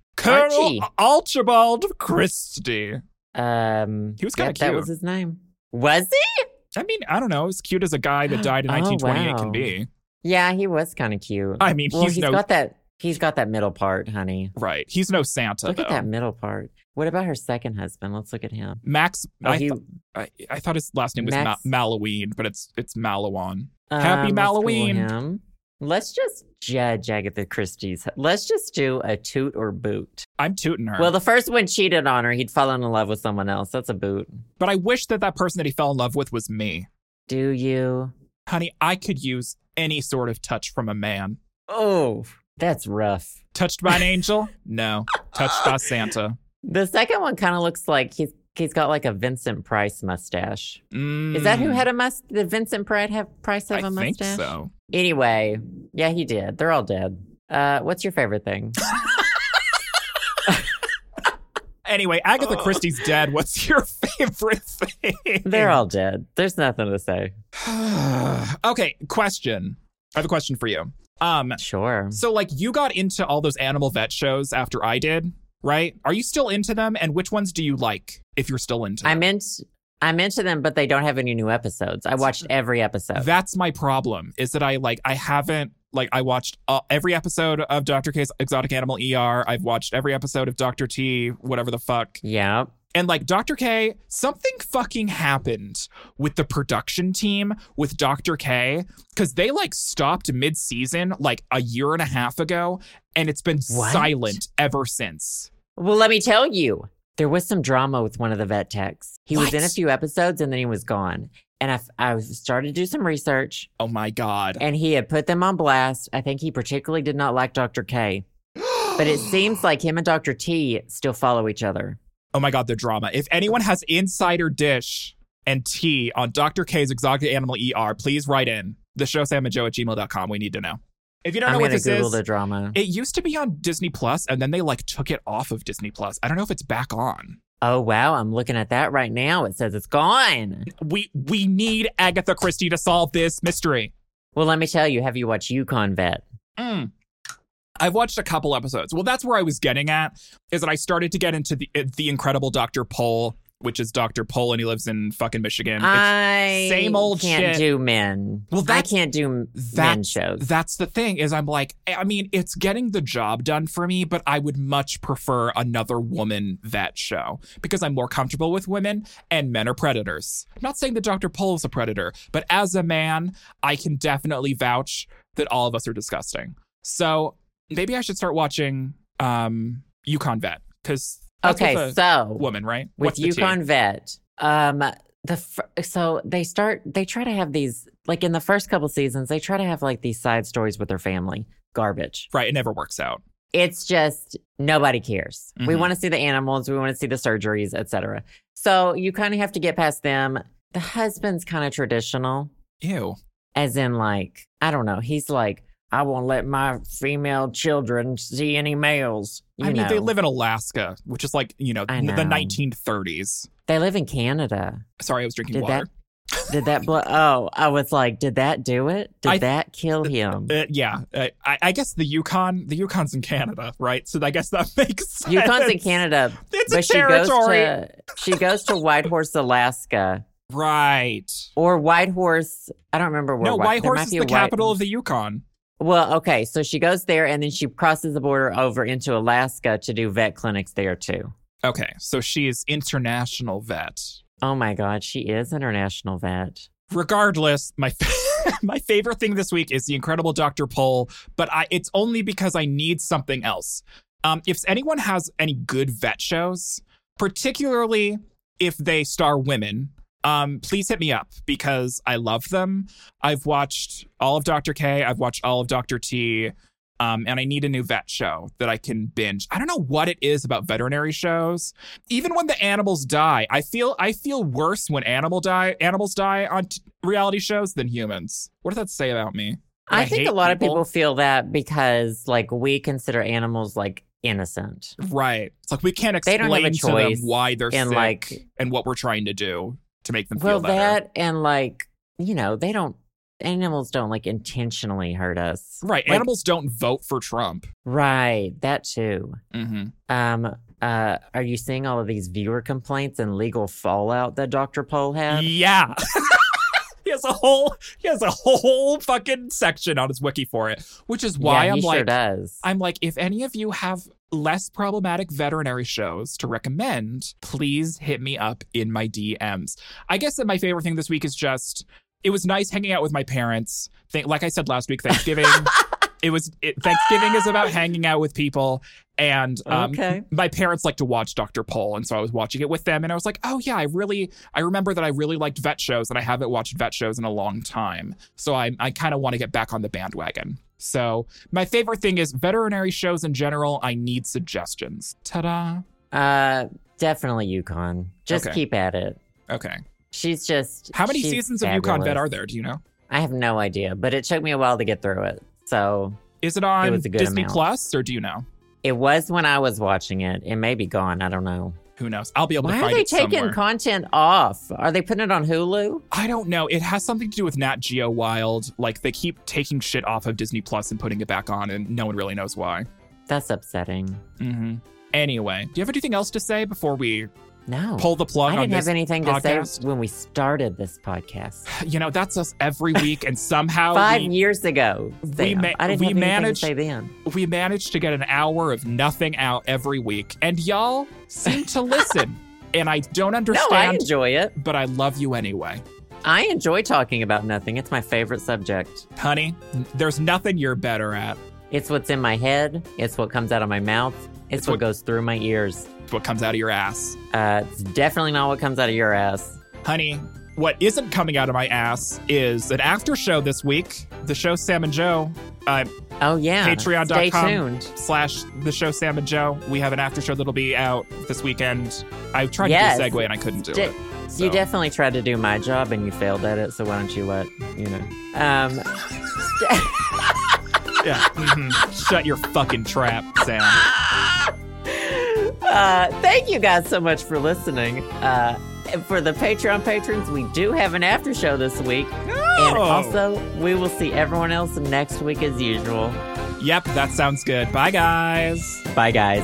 Speaker 1: Archie.
Speaker 2: Colonel Archibald Christie.
Speaker 1: Um
Speaker 2: He was kinda
Speaker 1: yep, that
Speaker 2: cute.
Speaker 1: was his name. Was he?
Speaker 2: I mean, I don't know. As cute as a guy that died in
Speaker 1: Oh,
Speaker 2: 1928
Speaker 1: wow.
Speaker 2: can be.
Speaker 1: Yeah, he was kind of cute.
Speaker 2: I mean,
Speaker 1: well,
Speaker 2: he's
Speaker 1: he's
Speaker 2: no-
Speaker 1: got that he's got that middle part, honey.
Speaker 2: Right. He's no Santa,
Speaker 1: Look
Speaker 2: though.
Speaker 1: at that middle part. What about her second husband? Let's look at him.
Speaker 2: Max,
Speaker 1: Oh,
Speaker 2: I,
Speaker 1: he-
Speaker 2: th- I, I thought his last name was Ma-
Speaker 1: Max-
Speaker 2: Maloween, but it's it's Malowon. Happy
Speaker 1: Um, let's Google
Speaker 2: Halloween.
Speaker 1: him. Let's just judge Agatha Christie's. Let's just do a toot or boot.
Speaker 2: I'm tooting her.
Speaker 1: Well, the first one cheated on her. He'd fallen in love with someone else. That's a boot.
Speaker 2: but I wish that that person that he fell in love with was me.
Speaker 1: Do you?
Speaker 2: Honey, I could use any sort of touch from a man.
Speaker 1: Oh, that's rough.
Speaker 2: Touched by an angel? No. Touched by Santa.
Speaker 1: The second one kind of looks like he's he's got like a Vincent Price mustache.
Speaker 2: Mm,
Speaker 1: Is that who had a must? Did Vincent Price have Price
Speaker 2: I
Speaker 1: have a
Speaker 2: think
Speaker 1: mustache?
Speaker 2: so.
Speaker 1: Anyway, yeah, he did. They're all dead. Uh, what's your favorite thing?
Speaker 2: Anyway, Agatha Christie's dead. What's your favorite thing?
Speaker 1: They're all dead. There's nothing to say.
Speaker 2: okay, question. I have a question for you. Um,
Speaker 1: Sure.
Speaker 2: so like you got into all those animal vet shows after I did, right? Are you still into them? And which ones do you like if you're still into them?
Speaker 1: I'm into I'm into them, but they don't have any new episodes. I watched every episode.
Speaker 2: That's my problem. Is that I like I haven't like I watched uh, every episode of Doctor K's Exotic Animal ER. I've watched every episode of Doctor T, whatever the fuck.
Speaker 1: yep.
Speaker 2: And like Doctor K, something fucking happened with the production team with Doctor K because they like stopped mid season like a year and a half ago, and it's been
Speaker 1: What?
Speaker 2: silent ever since.
Speaker 1: Well, let me tell you, there was some drama with one of the vet techs. He was in a
Speaker 2: What?
Speaker 1: few episodes and then he was gone. And I, f- I started to do some research
Speaker 2: Oh my god!
Speaker 1: and he had put them on blast. I think he particularly did not like Dr. K, but it seems like him and Dr. T still follow each other.
Speaker 2: Oh my god, the drama. If anyone has insider dish and tea on Dr. K's exotic animal ER, please write in. The show Sam and Joe at gmail.com. We need to know. If you don't
Speaker 1: I'm
Speaker 2: know what
Speaker 1: going to
Speaker 2: this
Speaker 1: Google
Speaker 2: is,
Speaker 1: the drama.
Speaker 2: it used to be on Disney Plus, and then they like took it off of Disney Plus. I don't know if it's back on.
Speaker 1: Oh wow, I'm looking at that right now. It says it's gone.
Speaker 2: We we need Agatha Christie to solve this mystery.
Speaker 1: Well, let me tell you. Have you watched Yukon Vet?
Speaker 2: Mm. I've watched a couple episodes. Well, that's where I was getting at is that I started to get into the eh, the incredible Dr. Pole, which is Dr. Pole and he lives in fucking Michigan.
Speaker 1: I
Speaker 2: It's- same old
Speaker 1: can't
Speaker 2: shit.
Speaker 1: do men. Well,
Speaker 2: Well,
Speaker 1: I
Speaker 2: that's-
Speaker 1: can't do men
Speaker 2: that's-
Speaker 1: shows.
Speaker 2: that's the thing is I'm like I mean, it's getting the job done for me, but I would much prefer another woman vet show because I'm more comfortable with women and men are predators. I'm not saying that Dr. Pole is a predator, but as a man, I can definitely vouch that all of us are disgusting. So, maybe I should start watching um Yukon Vet cuz
Speaker 1: okay, so
Speaker 2: woman, right?
Speaker 1: with
Speaker 2: What's the tea?
Speaker 1: Yukon Vet. Um, the fir- so they start they try to have these like in the first couple seasons they try to have like these side stories with their family. Garbage.
Speaker 2: Right, it never works out.
Speaker 1: It's just nobody cares. We
Speaker 2: Mhm.
Speaker 1: want to see the animals. We want to see the surgeries, etc. So you kind of have to get past them. The husband's kind of traditional,
Speaker 2: Ew.
Speaker 1: as in like I don't know. He's like I won't let my female children see any males. You
Speaker 2: I mean,
Speaker 1: know.
Speaker 2: they live in Alaska, which is like, you know,
Speaker 1: I
Speaker 2: n- the
Speaker 1: know.
Speaker 2: 1930s.
Speaker 1: They live in Canada.
Speaker 2: Sorry, I was drinking
Speaker 1: Did
Speaker 2: water.
Speaker 1: that? Did that? Blo- oh, I was like, did that do it? Did
Speaker 2: I-
Speaker 1: that kill him?
Speaker 2: Uh, yeah, uh, I, I guess the Yukon, the Yukon's in Canada, right? So I guess that makes sense.
Speaker 1: Yukon's in Canada,
Speaker 2: It's
Speaker 1: but
Speaker 2: a
Speaker 1: she goes
Speaker 2: territory,
Speaker 1: to she goes to Whitehorse, Alaska,
Speaker 2: right?
Speaker 1: or Whitehorse. I don't remember where.
Speaker 2: No,
Speaker 1: White- there
Speaker 2: Whitehorse
Speaker 1: might
Speaker 2: is
Speaker 1: be
Speaker 2: the
Speaker 1: a White-
Speaker 2: capital of the Yukon.
Speaker 1: Well, okay, so she goes there, and then she crosses the border over into Alaska to do vet clinics there too.
Speaker 2: Okay, so she is international vet.
Speaker 1: Oh my God, she is international vet.
Speaker 2: Regardless, my my favorite thing this week is the incredible Dr. Pole, but I it's only because I need something else. Um, if anyone has any good vet shows, particularly if they star women, um, please hit me up because I love them. I've watched all of Dr. K, I've watched all of Dr. T, um, and I need a new vet show that I can binge. I don't know what it is about veterinary shows. Even when the animals die, I feel I feel worse when animal die animals die on t- reality shows than humans. What does that say about me?
Speaker 1: I,
Speaker 2: I
Speaker 1: think
Speaker 2: hate
Speaker 1: a lot of
Speaker 2: people.
Speaker 1: people feel that because like we consider animals like innocent.
Speaker 2: Right. It's like we can't
Speaker 1: They don't have a
Speaker 2: explain to them
Speaker 1: choice
Speaker 2: why they're
Speaker 1: and,
Speaker 2: sick
Speaker 1: like-
Speaker 2: and what we're trying to do to make them
Speaker 1: Well,
Speaker 2: feel better.
Speaker 1: that and like you know, they don't animals don't like intentionally hurt us,
Speaker 2: right.
Speaker 1: like-
Speaker 2: Animals don't vote for Trump.
Speaker 1: right? That too.
Speaker 2: hmm
Speaker 1: Um, uh, are you seeing all of these viewer complaints and legal fallout that Dr. Pohl had?
Speaker 2: yeah. he has a whole he has a whole fucking section on his wiki for it, which is why
Speaker 1: Yeah,
Speaker 2: I'm
Speaker 1: he
Speaker 2: like
Speaker 1: sure does.
Speaker 2: I'm like if any of you have less problematic veterinary shows to recommend, please hit me up in my DMs. I guess that my favorite thing this week is just it was nice hanging out with my parents. Th- like I said last week, Thanksgiving. it was it, Thanksgiving is about hanging out with people, and um,
Speaker 1: Okay.
Speaker 2: my parents like to watch Dr. Pole, and so I was watching it with them, and I was like, oh yeah, I really, I remember that I really liked vet shows, and I haven't watched vet shows in a long time, so I, I kind of want to get back on the bandwagon. So my favorite thing is veterinary shows in general. I need suggestions. Ta-da.
Speaker 1: Uh, definitely Yukon. Just
Speaker 2: Okay.
Speaker 1: keep at it.
Speaker 2: Okay.
Speaker 1: She's just
Speaker 2: How many
Speaker 1: she's
Speaker 2: seasons of Yukon Vet
Speaker 1: fabulous.
Speaker 2: are there? Do you know?
Speaker 1: I have no idea, but it took me a while to get through it. So
Speaker 2: Is it on
Speaker 1: was a good
Speaker 2: Disney
Speaker 1: amount.
Speaker 2: Plus or do you know?
Speaker 1: it was when I was watching it. It may be gone. I don't know.
Speaker 2: Who knows? I'll be able
Speaker 1: Why
Speaker 2: to
Speaker 1: are
Speaker 2: find
Speaker 1: they
Speaker 2: it
Speaker 1: taking
Speaker 2: somewhere.
Speaker 1: content off? Are they putting it on Hulu?
Speaker 2: I don't know. It has something to do with Nat Geo Wild. Like they keep taking shit off of Disney Plus and putting it back on, and no one really knows why.
Speaker 1: That's upsetting.
Speaker 2: hmm Anyway, do you have anything else to say before we
Speaker 1: No.
Speaker 2: pull the plug
Speaker 1: I
Speaker 2: on
Speaker 1: didn't
Speaker 2: this?
Speaker 1: have anything to
Speaker 2: podcast?
Speaker 1: say when we started this podcast.
Speaker 2: you know, that's us every week, and somehow
Speaker 1: Five
Speaker 2: we,
Speaker 1: years ago, Sam.
Speaker 2: ma-
Speaker 1: I didn't
Speaker 2: we
Speaker 1: have anything
Speaker 2: managed-
Speaker 1: to say then.
Speaker 2: we manage to get an hour of nothing out every week, and y'all seem to listen. and I don't
Speaker 1: No, I
Speaker 2: understand,
Speaker 1: enjoy it.
Speaker 2: but I love you anyway.
Speaker 1: I enjoy talking about nothing. It's my favorite subject.
Speaker 2: Honey, there's nothing you're better at.
Speaker 1: It's what's in my head. It's what comes out of my mouth. It's,
Speaker 2: It's
Speaker 1: what,
Speaker 2: what-
Speaker 1: goes through my ears.
Speaker 2: It's what comes out of your ass.
Speaker 1: Uh, it's definitely not what comes out of your ass.
Speaker 2: Honey, what isn't coming out of my ass is an after show this week. The show Sam and Joe, uh,
Speaker 1: Oh yeah. Stay
Speaker 2: Patreon.com.
Speaker 1: tuned.
Speaker 2: slash the show Sam and Joe. We have an after show that'll be out this weekend. I tried
Speaker 1: Yes.
Speaker 2: to do a segue and I couldn't do
Speaker 1: Di-
Speaker 2: it. So.
Speaker 1: You definitely tried to do my job and you failed at it. So why don't you let you know? Um,
Speaker 2: Mm-hmm. yeah. Mhm. Shut your fucking trap, Sam.
Speaker 1: uh, Uh, thank you guys so much for listening. Uh, and for the Patreon patrons, we do have an after show this week. And
Speaker 2: Oh.
Speaker 1: also, we will see everyone else next week as usual.
Speaker 2: Yep, that sounds good. Bye, guys.
Speaker 1: Bye, guys.